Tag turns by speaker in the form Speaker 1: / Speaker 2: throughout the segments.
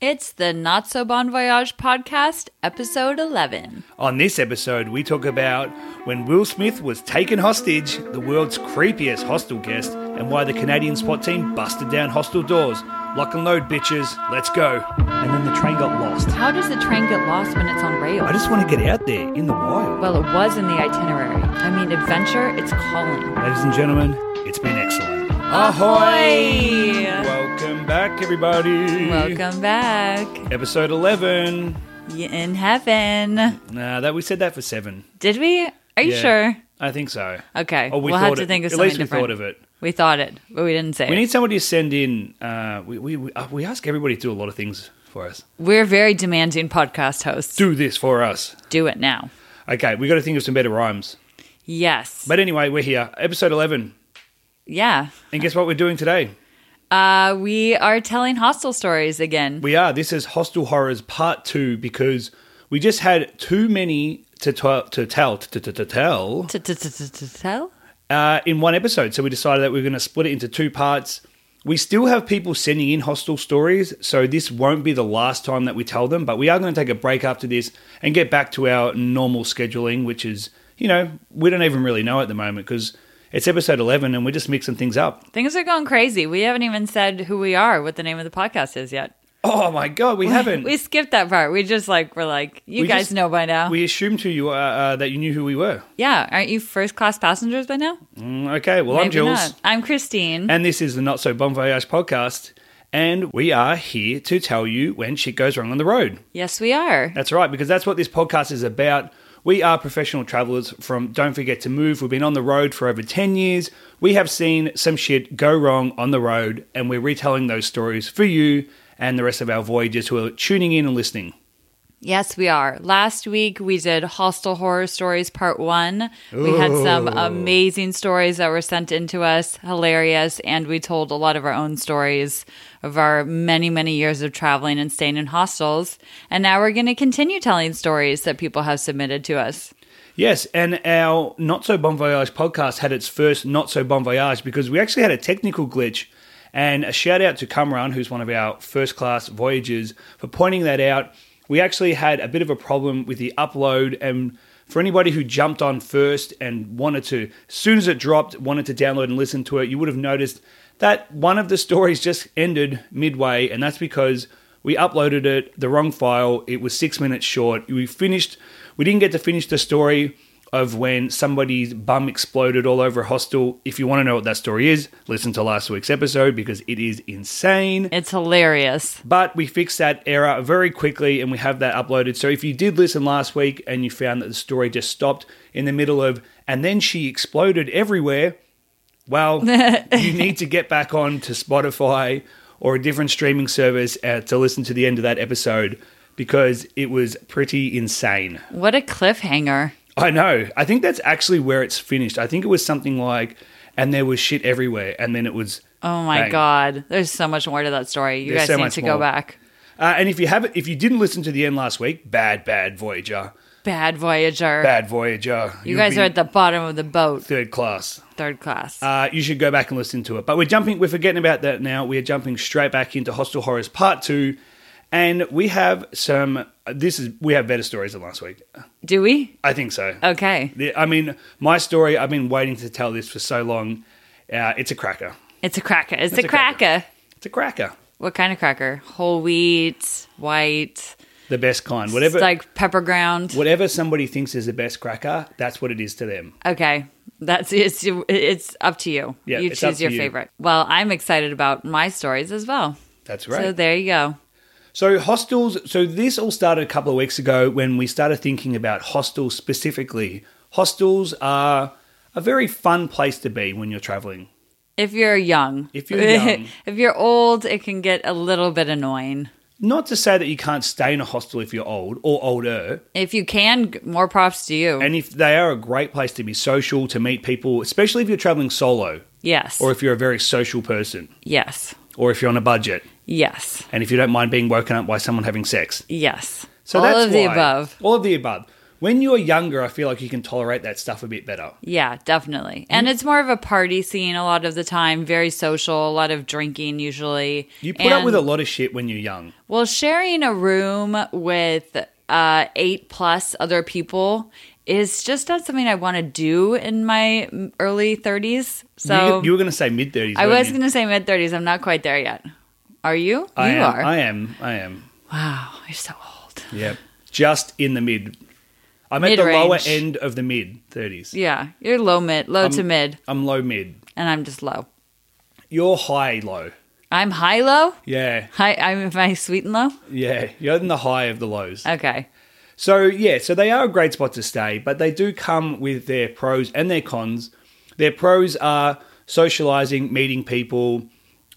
Speaker 1: It's the Not So Bon Voyage podcast, episode 11.
Speaker 2: On this episode, we talk about when Will Smith was taken hostage, the world's creepiest hostel guest, and why the Canadian SWAT team busted down hostel doors. Lock and load, bitches. Let's go. And then the train got lost.
Speaker 1: How does the train get lost when it's on rails?
Speaker 2: I just want to get out there in the wild.
Speaker 1: Well, it was in the itinerary. I mean, adventure, it's calling.
Speaker 2: Ladies and gentlemen, it's been excellent.
Speaker 1: Ahoy!
Speaker 2: Welcome back, everybody.
Speaker 1: Welcome back.
Speaker 2: Episode 11.
Speaker 1: You in heaven.
Speaker 2: Nah, that we said that for seven.
Speaker 1: Did we? Are you
Speaker 2: Yeah.
Speaker 1: sure?
Speaker 2: I think so.
Speaker 1: Okay.
Speaker 2: Or we
Speaker 1: will
Speaker 2: thought
Speaker 1: have to
Speaker 2: it-
Speaker 1: think of
Speaker 2: at
Speaker 1: something
Speaker 2: least we
Speaker 1: different.
Speaker 2: thought of it.
Speaker 1: We thought it, but we didn't say
Speaker 2: We
Speaker 1: it.
Speaker 2: need somebody to send in. Uh, we we we, uh, we ask everybody to do a lot of things for us.
Speaker 1: We're very demanding podcast hosts.
Speaker 2: Do this for us.
Speaker 1: Do it now.
Speaker 2: Okay, we got to think of some better rhymes.
Speaker 1: Yes.
Speaker 2: But anyway, we're here, episode eleven,
Speaker 1: yeah.
Speaker 2: and guess what we're doing today?
Speaker 1: Uh, we are telling hostel stories again.
Speaker 2: We are. This is Hostel Horrors Part Two because we just had too many to t- to tell to, to, to tell
Speaker 1: Tell?
Speaker 2: uh, in one episode, so we decided that we are going to split it into two parts. We still have people sending in hostel stories, so this won't be the last time that we tell them, but we are going to take a break after this and get back to our normal scheduling, which is, you know, we don't even really know at the moment because it's episode 11 and we're just mixing things up.
Speaker 1: Things are going crazy. We haven't even said who we are, what the name of the podcast is yet.
Speaker 2: Oh my God, we haven't.
Speaker 1: We skipped that part. We just like were like, you
Speaker 2: We
Speaker 1: guys
Speaker 2: just-
Speaker 1: know by now.
Speaker 2: We assumed who you uh, uh, that you knew who we were.
Speaker 1: yeah, aren't you first class passengers by now?
Speaker 2: Mm, okay, well, I'm Jules.
Speaker 1: not. I'm Christine.
Speaker 2: And this is the Not So Bon Voyage podcast. And we are here to tell you when shit goes wrong on the road.
Speaker 1: yes, we are.
Speaker 2: That's right, because that's what this podcast is about. We are professional travelers from Don't Forget to Move. We've been on the road for over 10 years. We have seen some shit go wrong on the road, and we're retelling those stories for you and the rest of our voyagers who are tuning in and listening.
Speaker 1: Yes, we are. Last week we did Hostel Horror Stories Part 1. We had some amazing stories that were sent in to us, hilarious, and we told a lot of our own stories of our many, many years of traveling and staying in hostels. And now we're going to continue telling stories that people have submitted to us.
Speaker 2: Yes, and our Not So Bon Voyage podcast had its first Not So Bon Voyage because we actually had a technical glitch. And a shout out to Kamran, who's one of our first class voyagers, for pointing that out. We actually had a bit of a problem with the upload. And for anybody who jumped on first and wanted to, as soon as it dropped, wanted to download and listen to it, you would have noticed that one of the stories just ended midway. And that's because we uploaded it, the wrong file. It was six minutes short. We finished, we didn't get to finish the story of when somebody's bum exploded all over a hostel. If you want to know what that story is, listen to last week's episode because it is insane.
Speaker 1: It's hilarious.
Speaker 2: But we fixed that error very quickly and we have that uploaded. So if you did listen last week and you found that the story just stopped in the middle of, and then she exploded everywhere, well, you need to get back on to Spotify or a different streaming service uh, to listen to the end of that episode because it was pretty insane.
Speaker 1: What a cliffhanger.
Speaker 2: I know. I think that's actually where it's finished. I think it was something like, and there was shit everywhere, and then it was.
Speaker 1: Oh my
Speaker 2: bang.
Speaker 1: God. There's so much more to that story. You
Speaker 2: There's
Speaker 1: guys
Speaker 2: so
Speaker 1: need
Speaker 2: much
Speaker 1: to go
Speaker 2: more.
Speaker 1: back.
Speaker 2: Uh, and if you haven't, if you didn't listen to the end last week, bad, bad Voyager,
Speaker 1: Bad Voyager.
Speaker 2: bad Voyager.
Speaker 1: you guys are at the bottom of the boat,
Speaker 2: third class.
Speaker 1: third class.
Speaker 2: Uh, you should go back and listen to it. But we're jumping. We're forgetting about that now. We are jumping straight back into Hostel Horrors Part Two, and we have some. This is we have better stories than last week.
Speaker 1: Do we?
Speaker 2: I think so.
Speaker 1: Okay.
Speaker 2: The- I mean, my story. I've been waiting to tell this for so long. Uh, it's a cracker.
Speaker 1: It's a cracker. It's, a,
Speaker 2: a
Speaker 1: cracker.
Speaker 2: cracker. It's a cracker.
Speaker 1: What kind of cracker? Whole wheat, white,
Speaker 2: The best kind. Whatever
Speaker 1: it's like pepper ground.
Speaker 2: whatever somebody thinks is the best cracker, that's what it is to them.
Speaker 1: Okay. That's it's it's up to you.
Speaker 2: Yeah,
Speaker 1: you
Speaker 2: it's up
Speaker 1: choose
Speaker 2: to
Speaker 1: your
Speaker 2: you.
Speaker 1: favorite. Well, I'm excited about my stories as well.
Speaker 2: That's
Speaker 1: So
Speaker 2: right.
Speaker 1: there you go.
Speaker 2: So hostels. So this all started a couple of weeks ago when we started thinking about hostels specifically. Hostels are a very fun place to be when you're traveling.
Speaker 1: If you're young,
Speaker 2: If you're young.
Speaker 1: if you're old, it can get a little bit annoying.
Speaker 2: Not to say that you can't stay in a hostel if you're old or older,
Speaker 1: If you can, g- more props to you.
Speaker 2: and if they are a great place to be social, to meet people, especially if you're traveling solo
Speaker 1: yes.
Speaker 2: or if you're a very social person
Speaker 1: yes.
Speaker 2: or if you're on a budget
Speaker 1: Yes.
Speaker 2: and if you don't mind being woken up by someone having sex.
Speaker 1: Yes.
Speaker 2: So
Speaker 1: All
Speaker 2: that's
Speaker 1: of the
Speaker 2: why-
Speaker 1: above.
Speaker 2: All of the above. When you're younger, I feel like you can tolerate that stuff a bit better.
Speaker 1: Yeah, definitely.
Speaker 2: Mm-hmm.
Speaker 1: And it's more of a party scene a lot of the time, very social, a lot of drinking usually.
Speaker 2: You put up with a
Speaker 1: And-
Speaker 2: lot of shit when you're young.
Speaker 1: Well, sharing a room with uh, eight plus other people is just not something I want to do in my mm, early 30s. So
Speaker 2: you, you were going to say mid 30s.
Speaker 1: I was going to say mid 30s. I'm not quite there yet. Are you?
Speaker 2: I
Speaker 1: you
Speaker 2: am,
Speaker 1: are.
Speaker 2: I am. I am.
Speaker 1: wow, you're so old.
Speaker 2: Yeah. Just in the mid. I'm at the
Speaker 1: Mid-range.
Speaker 2: lower end of the mid 30s.
Speaker 1: Yeah, you're low mid, low to mid,
Speaker 2: I'm low mid.
Speaker 1: and I'm just low.
Speaker 2: You're high low.
Speaker 1: I'm high low.
Speaker 2: Yeah.
Speaker 1: High, I'm am I sweet and low.
Speaker 2: Yeah. You're in the high of the lows.
Speaker 1: Okay.
Speaker 2: So yeah, so they are a great spot to stay, but they do come with their pros and their cons. Their pros are socializing, meeting people,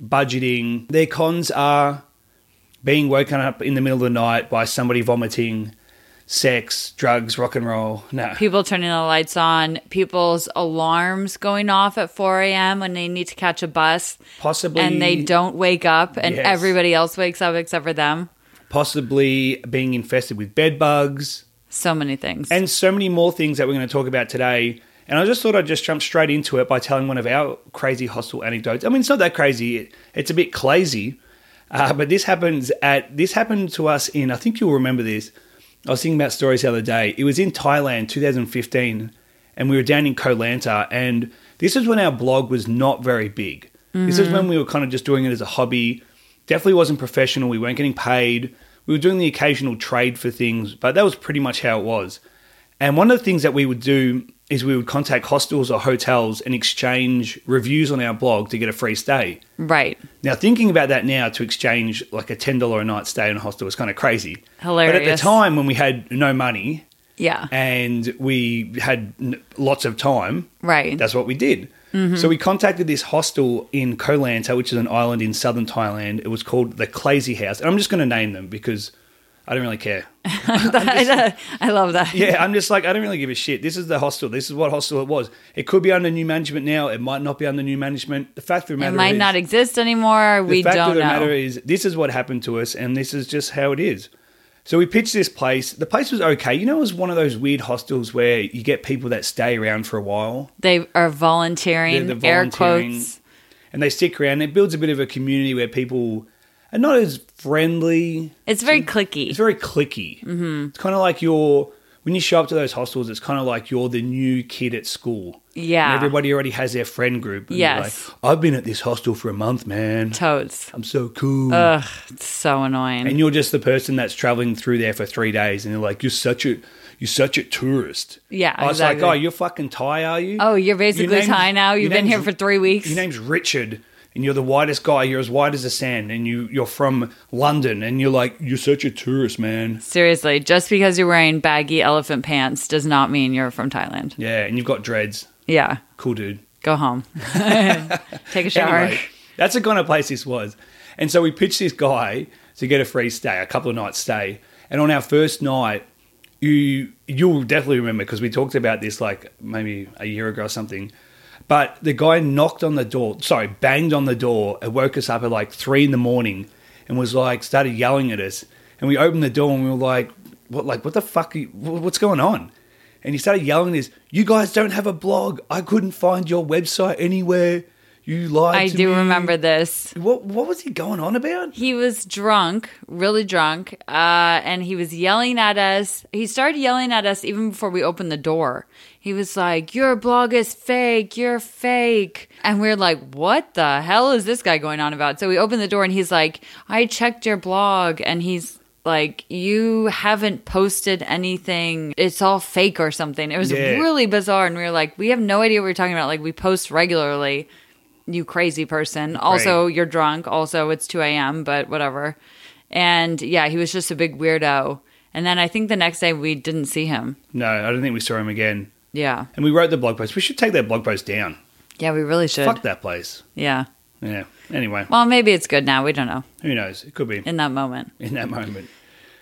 Speaker 2: budgeting. Their cons are being woken up in the middle of the night by somebody vomiting, sex, drugs, rock and roll. No.
Speaker 1: People turning the lights on, people's alarms going off at 4 a.m. when they need to catch a bus.
Speaker 2: Possibly
Speaker 1: and they don't wake up and
Speaker 2: Yes.
Speaker 1: everybody else wakes up except for them
Speaker 2: possibly being infested with bed bugs
Speaker 1: so many things
Speaker 2: and so many more things that we're going to talk about today. And I just thought I'd just jump straight into it by telling one of our crazy hostel anecdotes. I mean, it's not that crazy; It- it's a bit crazy, uh, but this happens at this happened to us in. I think you'll remember this. I was thinking about stories the other day. It was in Thailand, 2015, and we were down in Koh Lanta, and this is when our blog was not very big. This is when we were kind of just doing it as a hobby. Definitely wasn't professional. We weren't getting paid. We were doing the occasional trade for things, but that was pretty much how it was. And one of the things that we would do is we would contact hostels or hotels and exchange reviews on our blog to get a free stay.
Speaker 1: right
Speaker 2: Now, thinking about that now to exchange like a $10 a night stay in a hostel was kind of crazy. But at the
Speaker 1: Hilarious.
Speaker 2: time when we had no money
Speaker 1: yeah
Speaker 2: and we had n- lots of time,
Speaker 1: right
Speaker 2: that's what we did.
Speaker 1: Mm-hmm.
Speaker 2: So we contacted this hostel in Koh Lanta, which is an island in southern Thailand. It was called the Clazy House. And I'm just going to name them because I don't really care.
Speaker 1: i love that
Speaker 2: Yeah, I'm just like, I don't really give a shit. This is the hostel. This is what hostel it was. It could be under new management now. It might not be under new management. The fact of the
Speaker 1: it
Speaker 2: matter
Speaker 1: might
Speaker 2: is,
Speaker 1: not exist anymore
Speaker 2: the
Speaker 1: we
Speaker 2: fact of
Speaker 1: don't
Speaker 2: the matter
Speaker 1: know
Speaker 2: is, this is what happened to us, and this is just how it is. So we pitched this place. The place was okay. You know, it was one of those weird hostels where you get people that stay around for a while.
Speaker 1: they are volunteering,
Speaker 2: They're the
Speaker 1: air
Speaker 2: volunteering.
Speaker 1: quotes
Speaker 2: and they stick around. It builds a bit of a community where people are not as friendly.
Speaker 1: it's very clicky
Speaker 2: It's very clicky. Mm-hmm. It's kind of like you're when you show up to those hostels. It's kind of like you're the new kid at school.
Speaker 1: Yeah.
Speaker 2: and everybody already has their friend group. And you're
Speaker 1: Yes.
Speaker 2: like, I've been at this hostel for a month, man.
Speaker 1: toads
Speaker 2: I'm so cool.
Speaker 1: ugh it's so annoying
Speaker 2: and you're just the person that's traveling through there for three days, and you're like, you're such a you're such a tourist.
Speaker 1: Yeah,
Speaker 2: I was
Speaker 1: exactly.
Speaker 2: like, oh, you're fucking Thai, are you?
Speaker 1: oh you're
Speaker 2: Your
Speaker 1: basically
Speaker 2: name's-
Speaker 1: Thai now
Speaker 2: your
Speaker 1: you've been
Speaker 2: name's-
Speaker 1: here for three weeks
Speaker 2: Your name's Richard, and you're the whitest guy. You're as white as the sand, and you you're from London, and you're like you're such a tourist, man.
Speaker 1: seriously just because you're wearing baggy elephant pants does not mean you're from thailand
Speaker 2: Yeah, and you've got dreads.
Speaker 1: yeah
Speaker 2: Cool dude.
Speaker 1: go home take a shower
Speaker 2: Anyway, that's the kind of place this was. And so we pitched this guy to get a free stay, a couple of nights stay. And on our first night, you you'll definitely remember because we talked about this like maybe a year ago or something. But the guy knocked on the door, sorry, banged on the door and woke us up at like three in the morning and was like started yelling at us. And we opened the door and we were like, "What? Like what the fuck? Are you, wh- what's going on?" And he started yelling this, "You guys don't have a blog. I couldn't find your website anywhere. You lied."
Speaker 1: I
Speaker 2: to
Speaker 1: do
Speaker 2: me."
Speaker 1: remember this.
Speaker 2: What What was he going on about?
Speaker 1: He was drunk, really drunk, uh, and he was yelling at us. He started yelling at us even before we opened the door. He was like, Your blog is fake, you're fake. And we are like, What the hell is this guy going on about? So we opened the door and he's like, I checked your blog. And he's like, You haven't posted anything. It's all fake or something. It was
Speaker 2: Yeah.
Speaker 1: really bizarre. And we were like, We have no idea what we're talking about. Like, we post regularly you crazy person. Also, you're drunk. Also, it's 2 a.m., but whatever. And yeah, he was just a big weirdo. And then I think the next day we didn't see him.
Speaker 2: No, I don't think we saw him again.
Speaker 1: Yeah.
Speaker 2: And we wrote the blog post. We should take that blog post down.
Speaker 1: Yeah, we really should.
Speaker 2: Fuck that place.
Speaker 1: Yeah.
Speaker 2: Yeah. Anyway,
Speaker 1: Well, maybe it's good now. We don't know
Speaker 2: who knows? It could be
Speaker 1: in that moment.
Speaker 2: in that moment.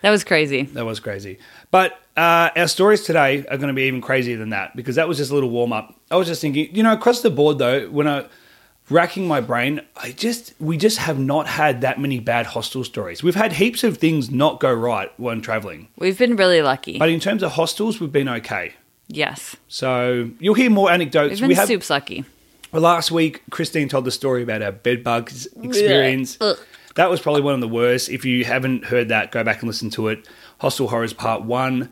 Speaker 1: That was crazy.
Speaker 2: That was crazy. But uh, our stories today are going to be even crazier than that because that was just a little warm up. I was just thinking, you know, across the board though, when I racking my brain, I just we just have not had that many bad hostel stories. We've had heaps of things not go right when traveling,
Speaker 1: We've been really lucky.
Speaker 2: but in terms of hostels, we've been okay.
Speaker 1: yes.
Speaker 2: So you'll hear more anecdotes.
Speaker 1: We've been
Speaker 2: we have
Speaker 1: soups lucky.
Speaker 2: well, last week. Christine told the story about our bed bugs experience.
Speaker 1: Ugh.
Speaker 2: That was probably one of the worst. If you haven't heard that, go back and listen to it. Hostel Horrors Part One.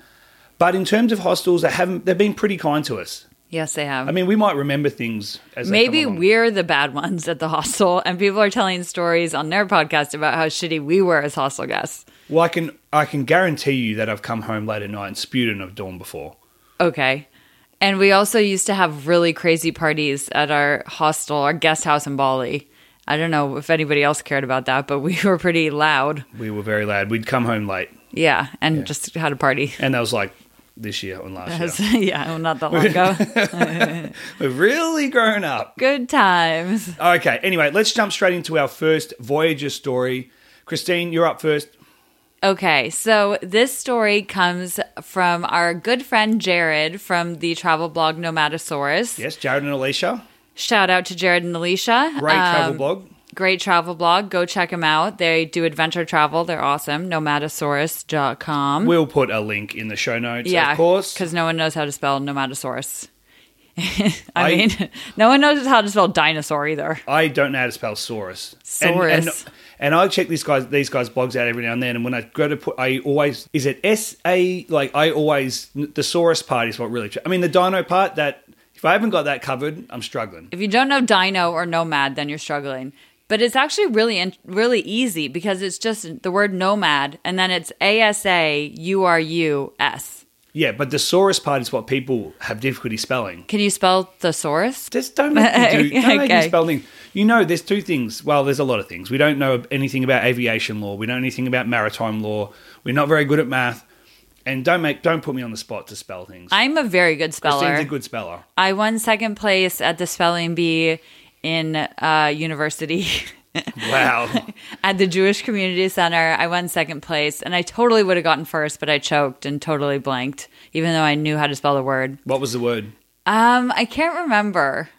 Speaker 2: But in terms of hostels, they haven't. They've been pretty kind to us.
Speaker 1: Yes, they have.
Speaker 2: I mean, we might remember things as they
Speaker 1: Maybe
Speaker 2: come along.
Speaker 1: we're the bad ones at the hostel, and people are telling stories on their podcast about how shitty we were as hostel guests.
Speaker 2: Well, I can I can guarantee you that I've come home late at night and spewed in a dorm before.
Speaker 1: Okay. And we also used to have really crazy parties at our hostel, our guest house in Bali. I don't know if anybody else cared about that, but we were pretty loud.
Speaker 2: We were very loud. We'd come home late,
Speaker 1: Yeah, and just had a party.
Speaker 2: and that was like this year and last year.
Speaker 1: yeah, well, not that long ago.
Speaker 2: We've really grown up.
Speaker 1: Good times.
Speaker 2: Okay. Anyway, let's jump straight into our first Voyager story. Christine, you're up first.
Speaker 1: Okay, so this story comes from our good friend Jared from the travel blog Nomadasaurus.
Speaker 2: Yes, Jared and Alicia.
Speaker 1: Shout out to Jared and Alicia.
Speaker 2: Great travel
Speaker 1: Um,
Speaker 2: blog.
Speaker 1: Great travel blog. Go check them out. They do adventure travel. They're awesome. Nomadasaurus.com.
Speaker 2: We'll put a link in the show notes,
Speaker 1: yeah,
Speaker 2: of course.
Speaker 1: Because no one knows how to spell Nomadasaurus. I,
Speaker 2: I-
Speaker 1: mean, no one knows how to spell dinosaur either.
Speaker 2: I don't know how to spell saurus. And- And,
Speaker 1: Saurus.
Speaker 2: and, I check these guys these guys blogs out every now and then. And when I go to put, I always is it S A like I always the saurus part is what really. I mean the dino part that if I haven't got that covered, I'm struggling.
Speaker 1: If you don't know dino or nomad, then you're struggling. But it's actually really, in- really easy because it's just the word nomad and then it's A S A U R U S.
Speaker 2: Yeah, but the saurus part is what people have difficulty spelling.
Speaker 1: Can you spell thesaurus?
Speaker 2: Just don't make me do. Don't make me
Speaker 1: Okay.
Speaker 2: spell things. You know, there's two things. Well, there's a lot of things. We don't know anything about aviation law. We don't know anything about maritime law. We're not very good at math. And don't make don't put me on the spot to spell things.
Speaker 1: I'm a very good speller.
Speaker 2: Christine's a good speller.
Speaker 1: I won second place at the spelling bee in uh, university.
Speaker 2: Wow.
Speaker 1: at the Jewish Community Center, I won second place, and I totally would have gotten first, but I choked and totally blanked, even though I knew how to spell the word.
Speaker 2: what was the word?
Speaker 1: Um, I can't remember,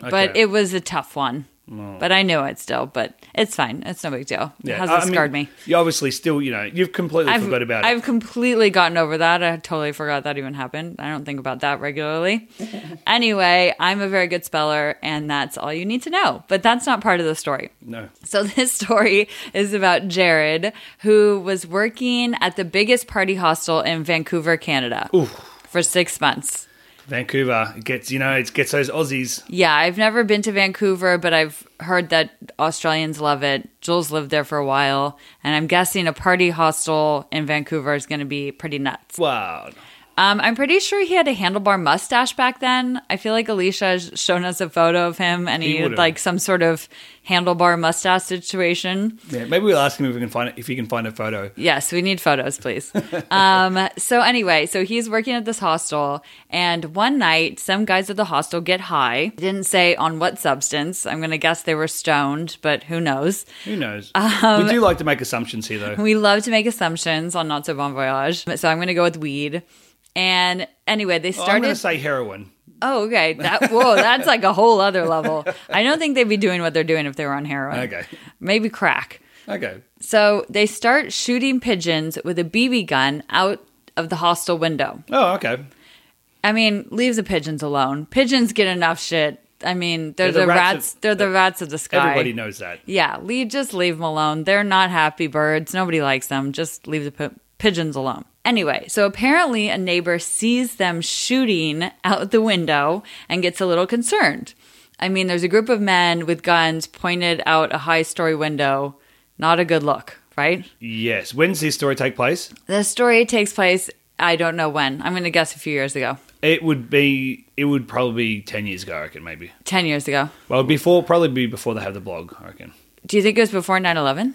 Speaker 1: but
Speaker 2: Okay.
Speaker 1: it was a tough one. But I knew it still, but it's fine. It's no big deal.
Speaker 2: Yeah,
Speaker 1: It hasn't
Speaker 2: I mean,
Speaker 1: scarred me.
Speaker 2: You obviously still, you know, you've completely
Speaker 1: I've,
Speaker 2: forgot about
Speaker 1: I've
Speaker 2: it.
Speaker 1: completely gotten over that. I totally forgot that even happened. I don't think about that regularly. anyway, I'm a very good speller, and that's all you need to know. But that's not part of the story.
Speaker 2: No.
Speaker 1: So this story is about Jared, who was working at the biggest party hostel in Vancouver, Canada, for six months.
Speaker 2: Vancouver it gets, you know, it gets those Aussies.
Speaker 1: Yeah, I've never been to Vancouver, but I've heard that Australians love it. Jules lived there for a while, and I'm guessing a party hostel in Vancouver is going to be pretty nuts.
Speaker 2: Wow.
Speaker 1: Um, I'm pretty sure he had a handlebar mustache back then. I feel like Alicia has shown us a photo of him, and he,
Speaker 2: He
Speaker 1: had
Speaker 2: would've.
Speaker 1: like some sort of handlebar mustache situation.
Speaker 2: Yeah, maybe we'll ask him if we can find it, if he can find a photo.
Speaker 1: Yes, we need photos, please. um, so anyway, so he's working at this hostel, and one night, some guys at the hostel get high. Didn't say on what substance. I'm gonna guess they were stoned, but who knows?
Speaker 2: Who knows?
Speaker 1: Um,
Speaker 2: we do like to make assumptions here, though.
Speaker 1: We love to make assumptions on Not So Bon Voyage, so I'm gonna go with weed. And anyway, they
Speaker 2: Oh, I'm
Speaker 1: started.
Speaker 2: going to say heroin.
Speaker 1: oh, okay. That whoa, that's like a whole other level. I don't think they'd be doing what they're doing if they were on heroin.
Speaker 2: Okay.
Speaker 1: maybe crack.
Speaker 2: Okay.
Speaker 1: So they start shooting pigeons with a BB gun out of the hostel window.
Speaker 2: Oh, okay.
Speaker 1: I mean, leave the pigeons alone. Pigeons get enough shit. I mean, they're, the, rats.
Speaker 2: of-
Speaker 1: they're the rats of the sky.
Speaker 2: Everybody knows that.
Speaker 1: Yeah, leave. Just leave them alone. They're not happy birds. Nobody likes them. Just leave the p- pigeons alone. Anyway, so apparently a neighbor sees them shooting out the window and gets a little concerned. I mean, there's a group of men with guns pointed out a high story window. Not a good look, right?
Speaker 2: Yes. When's this story take place?
Speaker 1: The story takes place. I don't know when. I'm going to guess a few years ago.
Speaker 2: It would be. It would probably be ten years ago, I reckon. Maybe.
Speaker 1: 10 years ago.
Speaker 2: Well, before probably be before they have the blog, I reckon. Mm,
Speaker 1: Do you think it was before 9 11?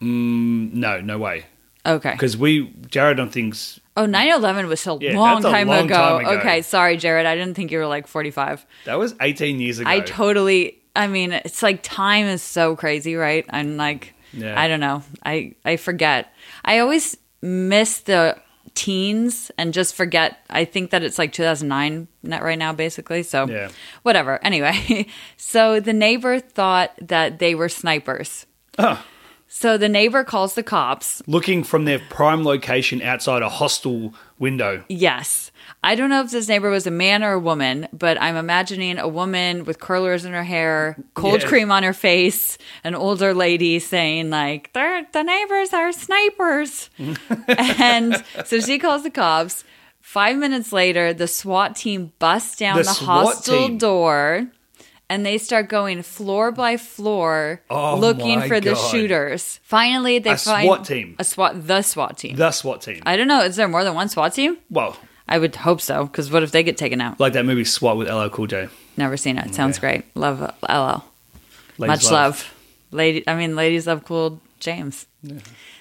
Speaker 2: No, no way.
Speaker 1: Okay.
Speaker 2: Because we Jared on things.
Speaker 1: Oh, 9 11 was a
Speaker 2: Yeah,
Speaker 1: long,
Speaker 2: that's a
Speaker 1: time,
Speaker 2: long
Speaker 1: ago.
Speaker 2: time ago.
Speaker 1: Okay. Sorry, Jared. I didn't think you were like 45.
Speaker 2: That was eighteen years ago.
Speaker 1: I totally, I mean, it's like time is so crazy, right? I'm like,
Speaker 2: Yeah.
Speaker 1: I don't know. I, I forget. I always miss the teens and just forget. I think that it's like 2009 net right now, basically. So,
Speaker 2: Yeah.
Speaker 1: whatever. Anyway, so the neighbor thought that they were snipers.
Speaker 2: Ah.
Speaker 1: So the neighbor calls the cops.
Speaker 2: Looking from their prime location outside a hostel window.
Speaker 1: Yes. I don't know if this neighbor was a man or a woman, but I'm imagining a woman with curlers in her hair, cold
Speaker 2: Yes.
Speaker 1: cream on her face, an older lady saying, like, They're, the neighbors are snipers. and so she calls the cops. Five minutes later, the SWAT team busts down
Speaker 2: The
Speaker 1: the,
Speaker 2: SWAT
Speaker 1: hostel
Speaker 2: team.
Speaker 1: door and they start going floor by floor
Speaker 2: Oh
Speaker 1: looking
Speaker 2: my
Speaker 1: for the
Speaker 2: God.
Speaker 1: shooters. Finally, they
Speaker 2: A
Speaker 1: find
Speaker 2: SWAT team.
Speaker 1: A SWAT, the SWAT team.
Speaker 2: The SWAT team.
Speaker 1: I don't know. Is there more than one SWAT team?
Speaker 2: well,
Speaker 1: I would hope so, because what if they get taken out?
Speaker 2: like that movie SWAT with LL Cool J.
Speaker 1: Never seen it. Sounds
Speaker 2: Okay.
Speaker 1: great. Love uh, LL.
Speaker 2: Ladies
Speaker 1: Much love. Lady, I mean, ladies love cool James.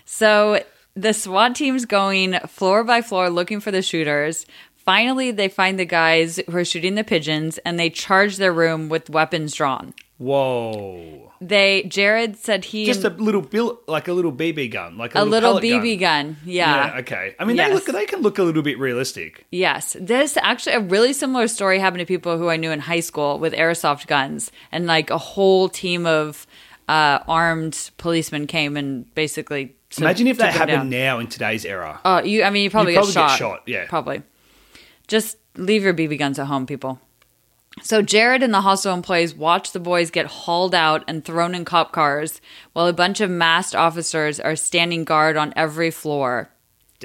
Speaker 1: So the SWAT team's going floor by floor looking for the shooters. Finally, they find the guys who are shooting the pigeons, and they charge their room with weapons drawn.
Speaker 2: Whoa.
Speaker 1: They Jared said he
Speaker 2: Just a little bill, like a little BB gun, like a,
Speaker 1: a little,
Speaker 2: pellet
Speaker 1: BB gun.
Speaker 2: Yeah. Okay. I mean, they
Speaker 1: Yes.
Speaker 2: look. They can look a little bit realistic.
Speaker 1: Yes, this actually a really similar story happened to people who I knew in high school with airsoft guns, and like a whole team of uh, armed policemen came and basically took-
Speaker 2: Imagine if that
Speaker 1: took 'em
Speaker 2: happened
Speaker 1: down.
Speaker 2: now in today's era.
Speaker 1: Oh, you! I mean, you probably,
Speaker 2: You'd
Speaker 1: get,
Speaker 2: probably
Speaker 1: shot.
Speaker 2: get shot, yeah.
Speaker 1: probably. Just leave your BB guns at home, people. So Jared and the hostel employees watch the boys get hauled out and thrown in cop cars, while a bunch of masked officers are standing guard on every floor.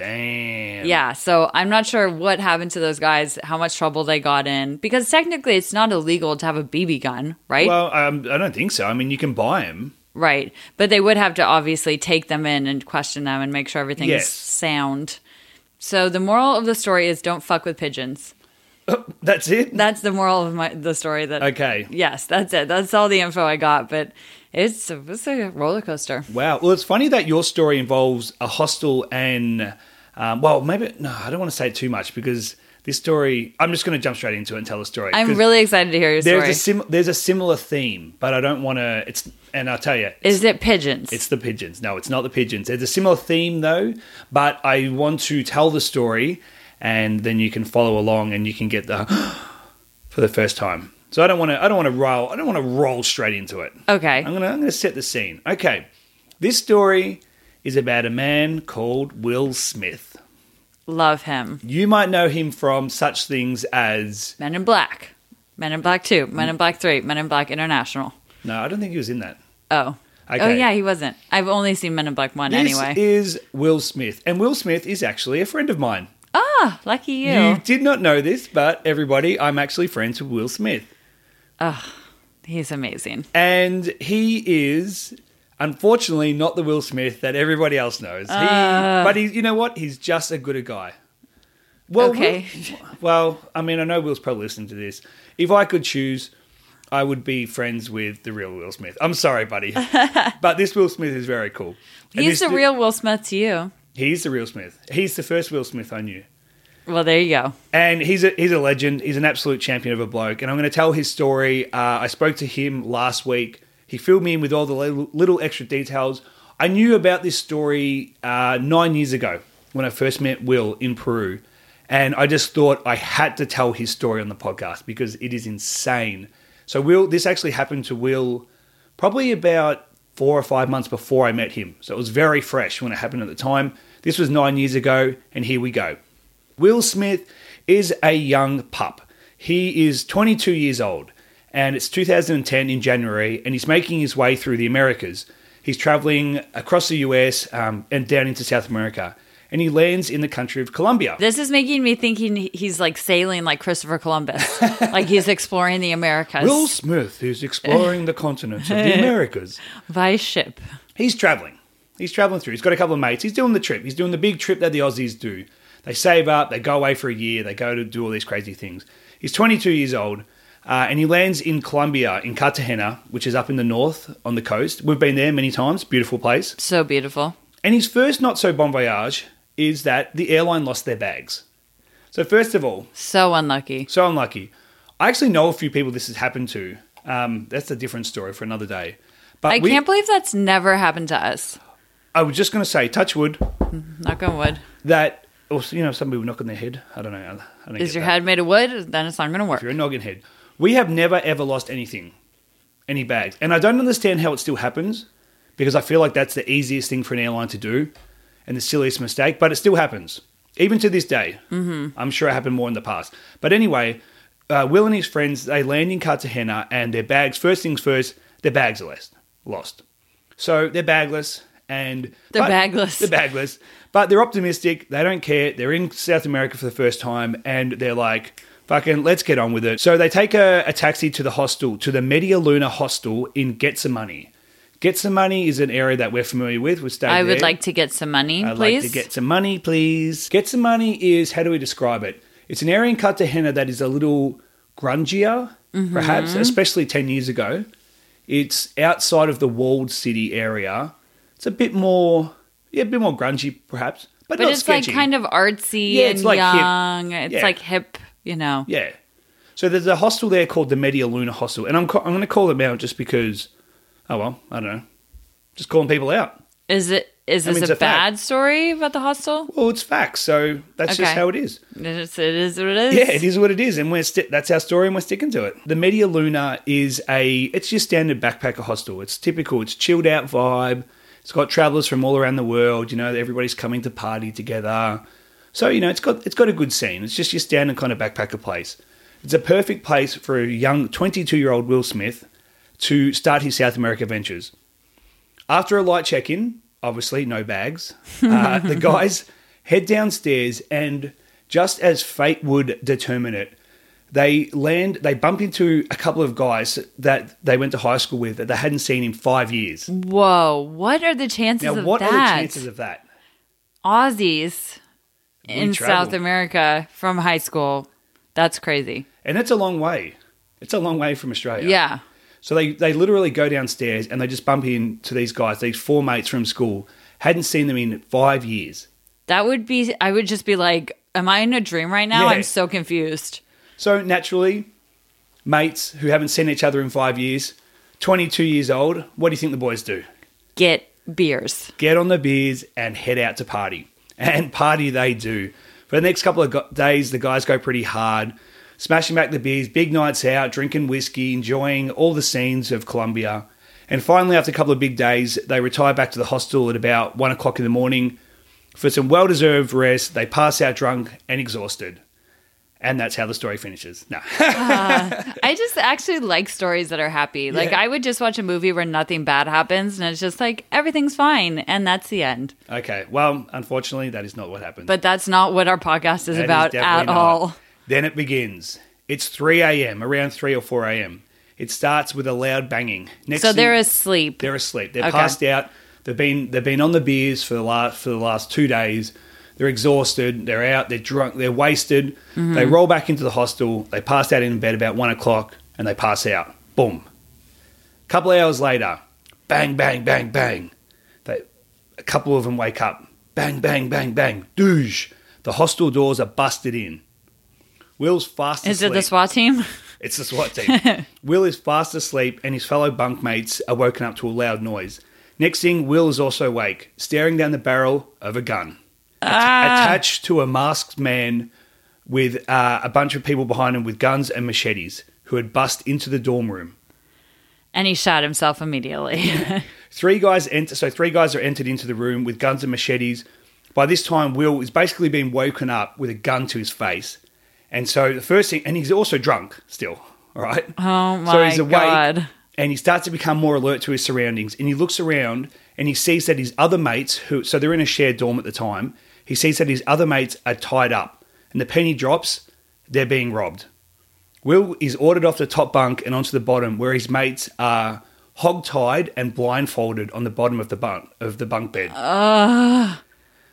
Speaker 2: Damn.
Speaker 1: Yeah, so I'm not sure what happened to those guys, how much trouble they got in, because technically it's not illegal to have a BB gun, right?
Speaker 2: Well, um, I don't think so. I mean, you can buy them.
Speaker 1: right. But they would have to obviously take them in and question them and make sure everything's
Speaker 2: Yes.
Speaker 1: sound. So the moral of the story is don't fuck with pigeons.
Speaker 2: That's it.
Speaker 1: That's the moral of my the story that
Speaker 2: okay.
Speaker 1: Yes, that's it. That's all the info I got, but it's a, it's a roller coaster.
Speaker 2: Wow. Well, it's funny that your story involves a hostel and, um, well, maybe, no, I don't want to say too much because this story, I'm just going to jump straight into it and tell the story. 'Cause
Speaker 1: I'm really excited to hear your
Speaker 2: There's
Speaker 1: story.
Speaker 2: a, sim- there's a similar theme, but I don't want to, it's, and I'll tell you,
Speaker 1: is it pigeons?
Speaker 2: it's the pigeons. No, it's not the pigeons. There's a similar theme though, but I want to tell the story and then you can follow along and you can get the, for the first time. So I don't want to, I don't want to roll, I don't want to roll straight into it.
Speaker 1: okay.
Speaker 2: I'm gonna I'm gonna set the scene. Okay, this story is about a man called Will Smith.
Speaker 1: Love him.
Speaker 2: You might know him from such things as
Speaker 1: Men in Black, Men in Black 2, Men in Black 3, Men in Black International.
Speaker 2: no, I don't think he was in that.
Speaker 1: Oh. Oh,
Speaker 2: Okay.
Speaker 1: yeah, he wasn't. I've only seen Men in Black 1 anyway.
Speaker 2: This is Will Smith, and Will Smith is actually a friend of mine.
Speaker 1: ah, lucky you.
Speaker 2: You did not know this, but everybody, I'm actually friends with Will Smith,
Speaker 1: He's amazing.
Speaker 2: and he is. Unfortunately, not the Will Smith that everybody else knows. He,
Speaker 1: Ah.
Speaker 2: but he, you know what? He's just a good a guy. Well,
Speaker 1: okay.
Speaker 2: Will- Well, I mean, I know Will's probably listening to this. If I could choose, I would be friends with the real Will Smith. I'm sorry, buddy, but this Will Smith is very cool. And
Speaker 1: He's
Speaker 2: this-
Speaker 1: the real Will Smith to you.
Speaker 2: He's the real Smith. He's the first Will Smith I knew,
Speaker 1: Well, there you go.
Speaker 2: and he's a he's a legend. He's an absolute champion of a bloke, and I'm going to tell his story. Uh, I spoke to him last week. He filled me in with all the little, little extra details. I knew about this story uh, nine years ago when I first met Will in Peru. And I just thought I had to tell his story on the podcast because it is insane. So Will, this actually happened to Will probably about four or five months before I met him. So it was very fresh when it happened at the time. This was nine years ago, and here we go. Will Smith is a young pup. He is 22 years old, and it's 2010 in January, and he's making his way through the Americas. He's traveling across the US um, and down into South America, and he lands in the country of Colombia.
Speaker 1: This is making me think he, he's like sailing like Christopher Columbus, like he's exploring the Americas
Speaker 2: Will Smith is exploring the continent of the Americas.
Speaker 1: by ship.
Speaker 2: He's traveling. He's traveling through. He's got a couple of mates. He's doing the trip. He's doing the big trip that the Aussies do. They save up, they go away for a year, they go to do all these crazy things. He's 22 years old uh, and he lands in Colombia, in Cartagena, which is up in the north on the coast. We've been there many times, beautiful place.
Speaker 1: So beautiful.
Speaker 2: And his first not so bon voyage is that the airline lost their bags. So, first of all,
Speaker 1: So unlucky.
Speaker 2: so unlucky. I actually know a few people this has happened to. Um, that's a different story for another day. But
Speaker 1: I
Speaker 2: we,
Speaker 1: can't believe that's never happened to us.
Speaker 2: I was just going to say, touch wood,
Speaker 1: Knock on wood.
Speaker 2: that Or, you know, some people knock on their head. I don't know. I don't
Speaker 1: Is
Speaker 2: get
Speaker 1: your
Speaker 2: that.
Speaker 1: head made of wood? Then it's not going to
Speaker 2: If
Speaker 1: work.
Speaker 2: you're a noggin head. We have never ever lost anything, any bags, and I don't understand how it still happens because I feel like that's the easiest thing for an airline to do and the silliest mistake, but it still happens even to this day. Mm-hmm. I'm sure it happened more in the past, but anyway, uh, Will and his friends they land in Cartagena and their bags. First things first, their bags are lost. Lost, so they're bagless and
Speaker 1: They're
Speaker 2: but-
Speaker 1: bagless.
Speaker 2: They're bagless, but they're optimistic. They don't care. They're in South America for the first time, and they're like, "Fucking, let's get on with it." So they take a, a taxi to the hostel, to the Media Luna hostel in Getsemani. Getsemani is an area that we're familiar with. We stayed
Speaker 1: I would
Speaker 2: there.
Speaker 1: like to get some money,
Speaker 2: I'd
Speaker 1: please.
Speaker 2: like to get some money, please. Get some money is how do we describe it? It's an area in Cartagena that is a little grungier,
Speaker 1: Mm-hmm.
Speaker 2: perhaps, especially ten years ago. It's outside of the walled city area. It's a bit more, yeah, a bit more grungy, perhaps, but,
Speaker 1: but
Speaker 2: not
Speaker 1: it's
Speaker 2: sketchy.
Speaker 1: like kind of artsy
Speaker 2: Yeah,
Speaker 1: and
Speaker 2: it's like hip.
Speaker 1: young. It's
Speaker 2: Yeah.
Speaker 1: like hip, you know.
Speaker 2: Yeah. So there's a hostel there called the Media Luna Hostel, and I'm ca- I'm going to call them out just because. Oh well, I don't know. Just calling people out.
Speaker 1: Is it? Is
Speaker 2: I
Speaker 1: this
Speaker 2: mean, it's
Speaker 1: a,
Speaker 2: a fact.
Speaker 1: bad story about the hostel?
Speaker 2: Well, it's facts, so that's just
Speaker 1: Okay.
Speaker 2: how it is.
Speaker 1: It is, it is what it is.
Speaker 2: Yeah, it is what it is, and we're sti that's our story, and we're sticking to it. The Media Luna is a it's your standard backpacker hostel. It's typical. It's chilled out vibe. It's got travelers from all around the world. You know, everybody's coming to party together. So you know, it's got it's got a good scene. It's just your standard kind of backpacker place. It's a perfect place for a young 22 year old Will Smith to start his South America ventures. After a light check in, obviously no bags, uh, the guys head downstairs and just as fate would determine it, they land, they bump into a couple of guys that they went to high school with that they hadn't seen in five years.
Speaker 1: Whoa! What are the chances
Speaker 2: Now,
Speaker 1: of
Speaker 2: what
Speaker 1: that?
Speaker 2: are the chances of that?
Speaker 1: Aussies in
Speaker 2: travel.
Speaker 1: South America from high school. That's crazy.
Speaker 2: And that's a long way. It's a long way from Australia.
Speaker 1: Yeah.
Speaker 2: So they, they literally go downstairs and they just bump into these guys, these four mates from school, hadn't seen them in five years.
Speaker 1: That would be, I would just be like, am I in a dream right now?
Speaker 2: Yeah.
Speaker 1: I'm so confused.
Speaker 2: So naturally, mates who haven't seen each other in five years, 22 years old, what do you think the boys do?
Speaker 1: Get beers.
Speaker 2: Get on the beers and head out to party. And party they do. For the next couple of go- days, the guys go pretty hard, smashing back the beers, big nights out, drinking whiskey, enjoying all the scenes of Colombia. And finally, after a couple of big days, they retire back to the hostel at about one o'clock in the morning for some well deserved rest. They pass out drunk and exhausted. And that's how the story finishes. No.
Speaker 1: I just actually like stories that are happy. Like,
Speaker 2: Yeah.
Speaker 1: I would just watch a movie where nothing bad happens and it's just like, everything's fine. And that's the end.
Speaker 2: Okay. Well, unfortunately, that is not what happened.
Speaker 1: But that's not what our podcast is
Speaker 2: That is
Speaker 1: about
Speaker 2: definitely
Speaker 1: at
Speaker 2: not.
Speaker 1: all.
Speaker 2: Then it begins. It's 3 a.m., around 3 or 4 a.m. It starts with a loud banging. Next
Speaker 1: So
Speaker 2: thing-
Speaker 1: they're asleep.
Speaker 2: They're asleep. They're
Speaker 1: Okay.
Speaker 2: passed out. They've been they've been on the beers for the last for the last two days. They're exhausted. They're out. They're drunk. They're wasted.
Speaker 1: Mm-hmm.
Speaker 2: They roll back into the hostel. They pass out in bed about one o'clock, and they pass out. Boom. Couple of hours later, bang, bang, bang, bang. They, a couple of them wake up. Bang, bang, bang, bang. Douche. The hostel doors are busted in. Will's fast
Speaker 1: Is
Speaker 2: asleep.
Speaker 1: it the SWAT team?
Speaker 2: It's the SWAT team. Will is fast asleep and his fellow bunkmates are woken up to a loud noise. Next thing, Will is also awake, staring down the barrel of a gun. Att- Attached to a masked man with uh, a bunch of people behind him with guns and machetes who had bust into the dorm room.
Speaker 1: and he shot himself immediately.
Speaker 2: Three guys enter. So three guys are entered into the room with guns and machetes. By this time, Will is basically been woken up with a gun to his face, and so the first thing, and he's also drunk still. All right.
Speaker 1: Oh my God.
Speaker 2: and he starts to become more alert to his surroundings. And he looks around and he sees that his other mates, who so they're in a shared dorm at the time, he sees that his other mates are tied up, and the penny drops. They're being robbed. Will is ordered off the top bunk and onto the bottom, where his mates are hogtied and blindfolded on the bottom of the bunk of the bunk bed.
Speaker 1: Ah.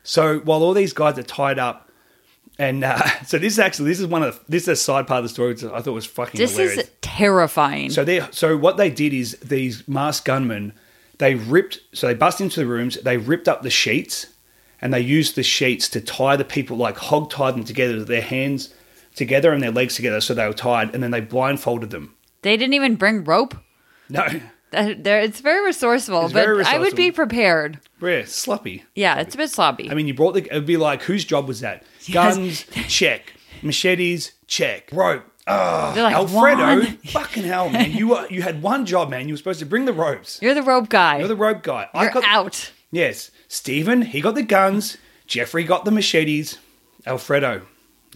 Speaker 2: So while all these guys are tied up, and uh, so this is actually this is one of the, this is a side part of the story which I thought was fucking
Speaker 1: this
Speaker 2: hilarious.
Speaker 1: is terrifying.
Speaker 2: So they so what they did is these masked gunmen they ripped so they bust into the rooms, they ripped up the sheets and they used the sheets to tie the people like hog tied them together, their hands together and their legs together so they were tied and then they blindfolded them.
Speaker 1: they didn't even bring rope.
Speaker 2: No.
Speaker 1: Uh, There, it's very resourceful,
Speaker 2: It's
Speaker 1: but
Speaker 2: very
Speaker 1: I would be
Speaker 2: resourceful.
Speaker 1: prepared.
Speaker 2: We're sloppy.
Speaker 1: Yeah, it's a bit sloppy.
Speaker 2: I mean, you brought the. It'd be like, whose job was that? Guns, check. Machetes, check. Rope. Ugh.
Speaker 1: They're like,
Speaker 2: Alfredo,
Speaker 1: "Juan."
Speaker 2: fucking hell, man! You were, you had one job, man. You were supposed to bring the ropes.
Speaker 1: You're the rope guy.
Speaker 2: You're the rope guy.
Speaker 1: You're out.
Speaker 2: Yes, Stephen. He got the guns. Jeffrey got the machetes. Alfredo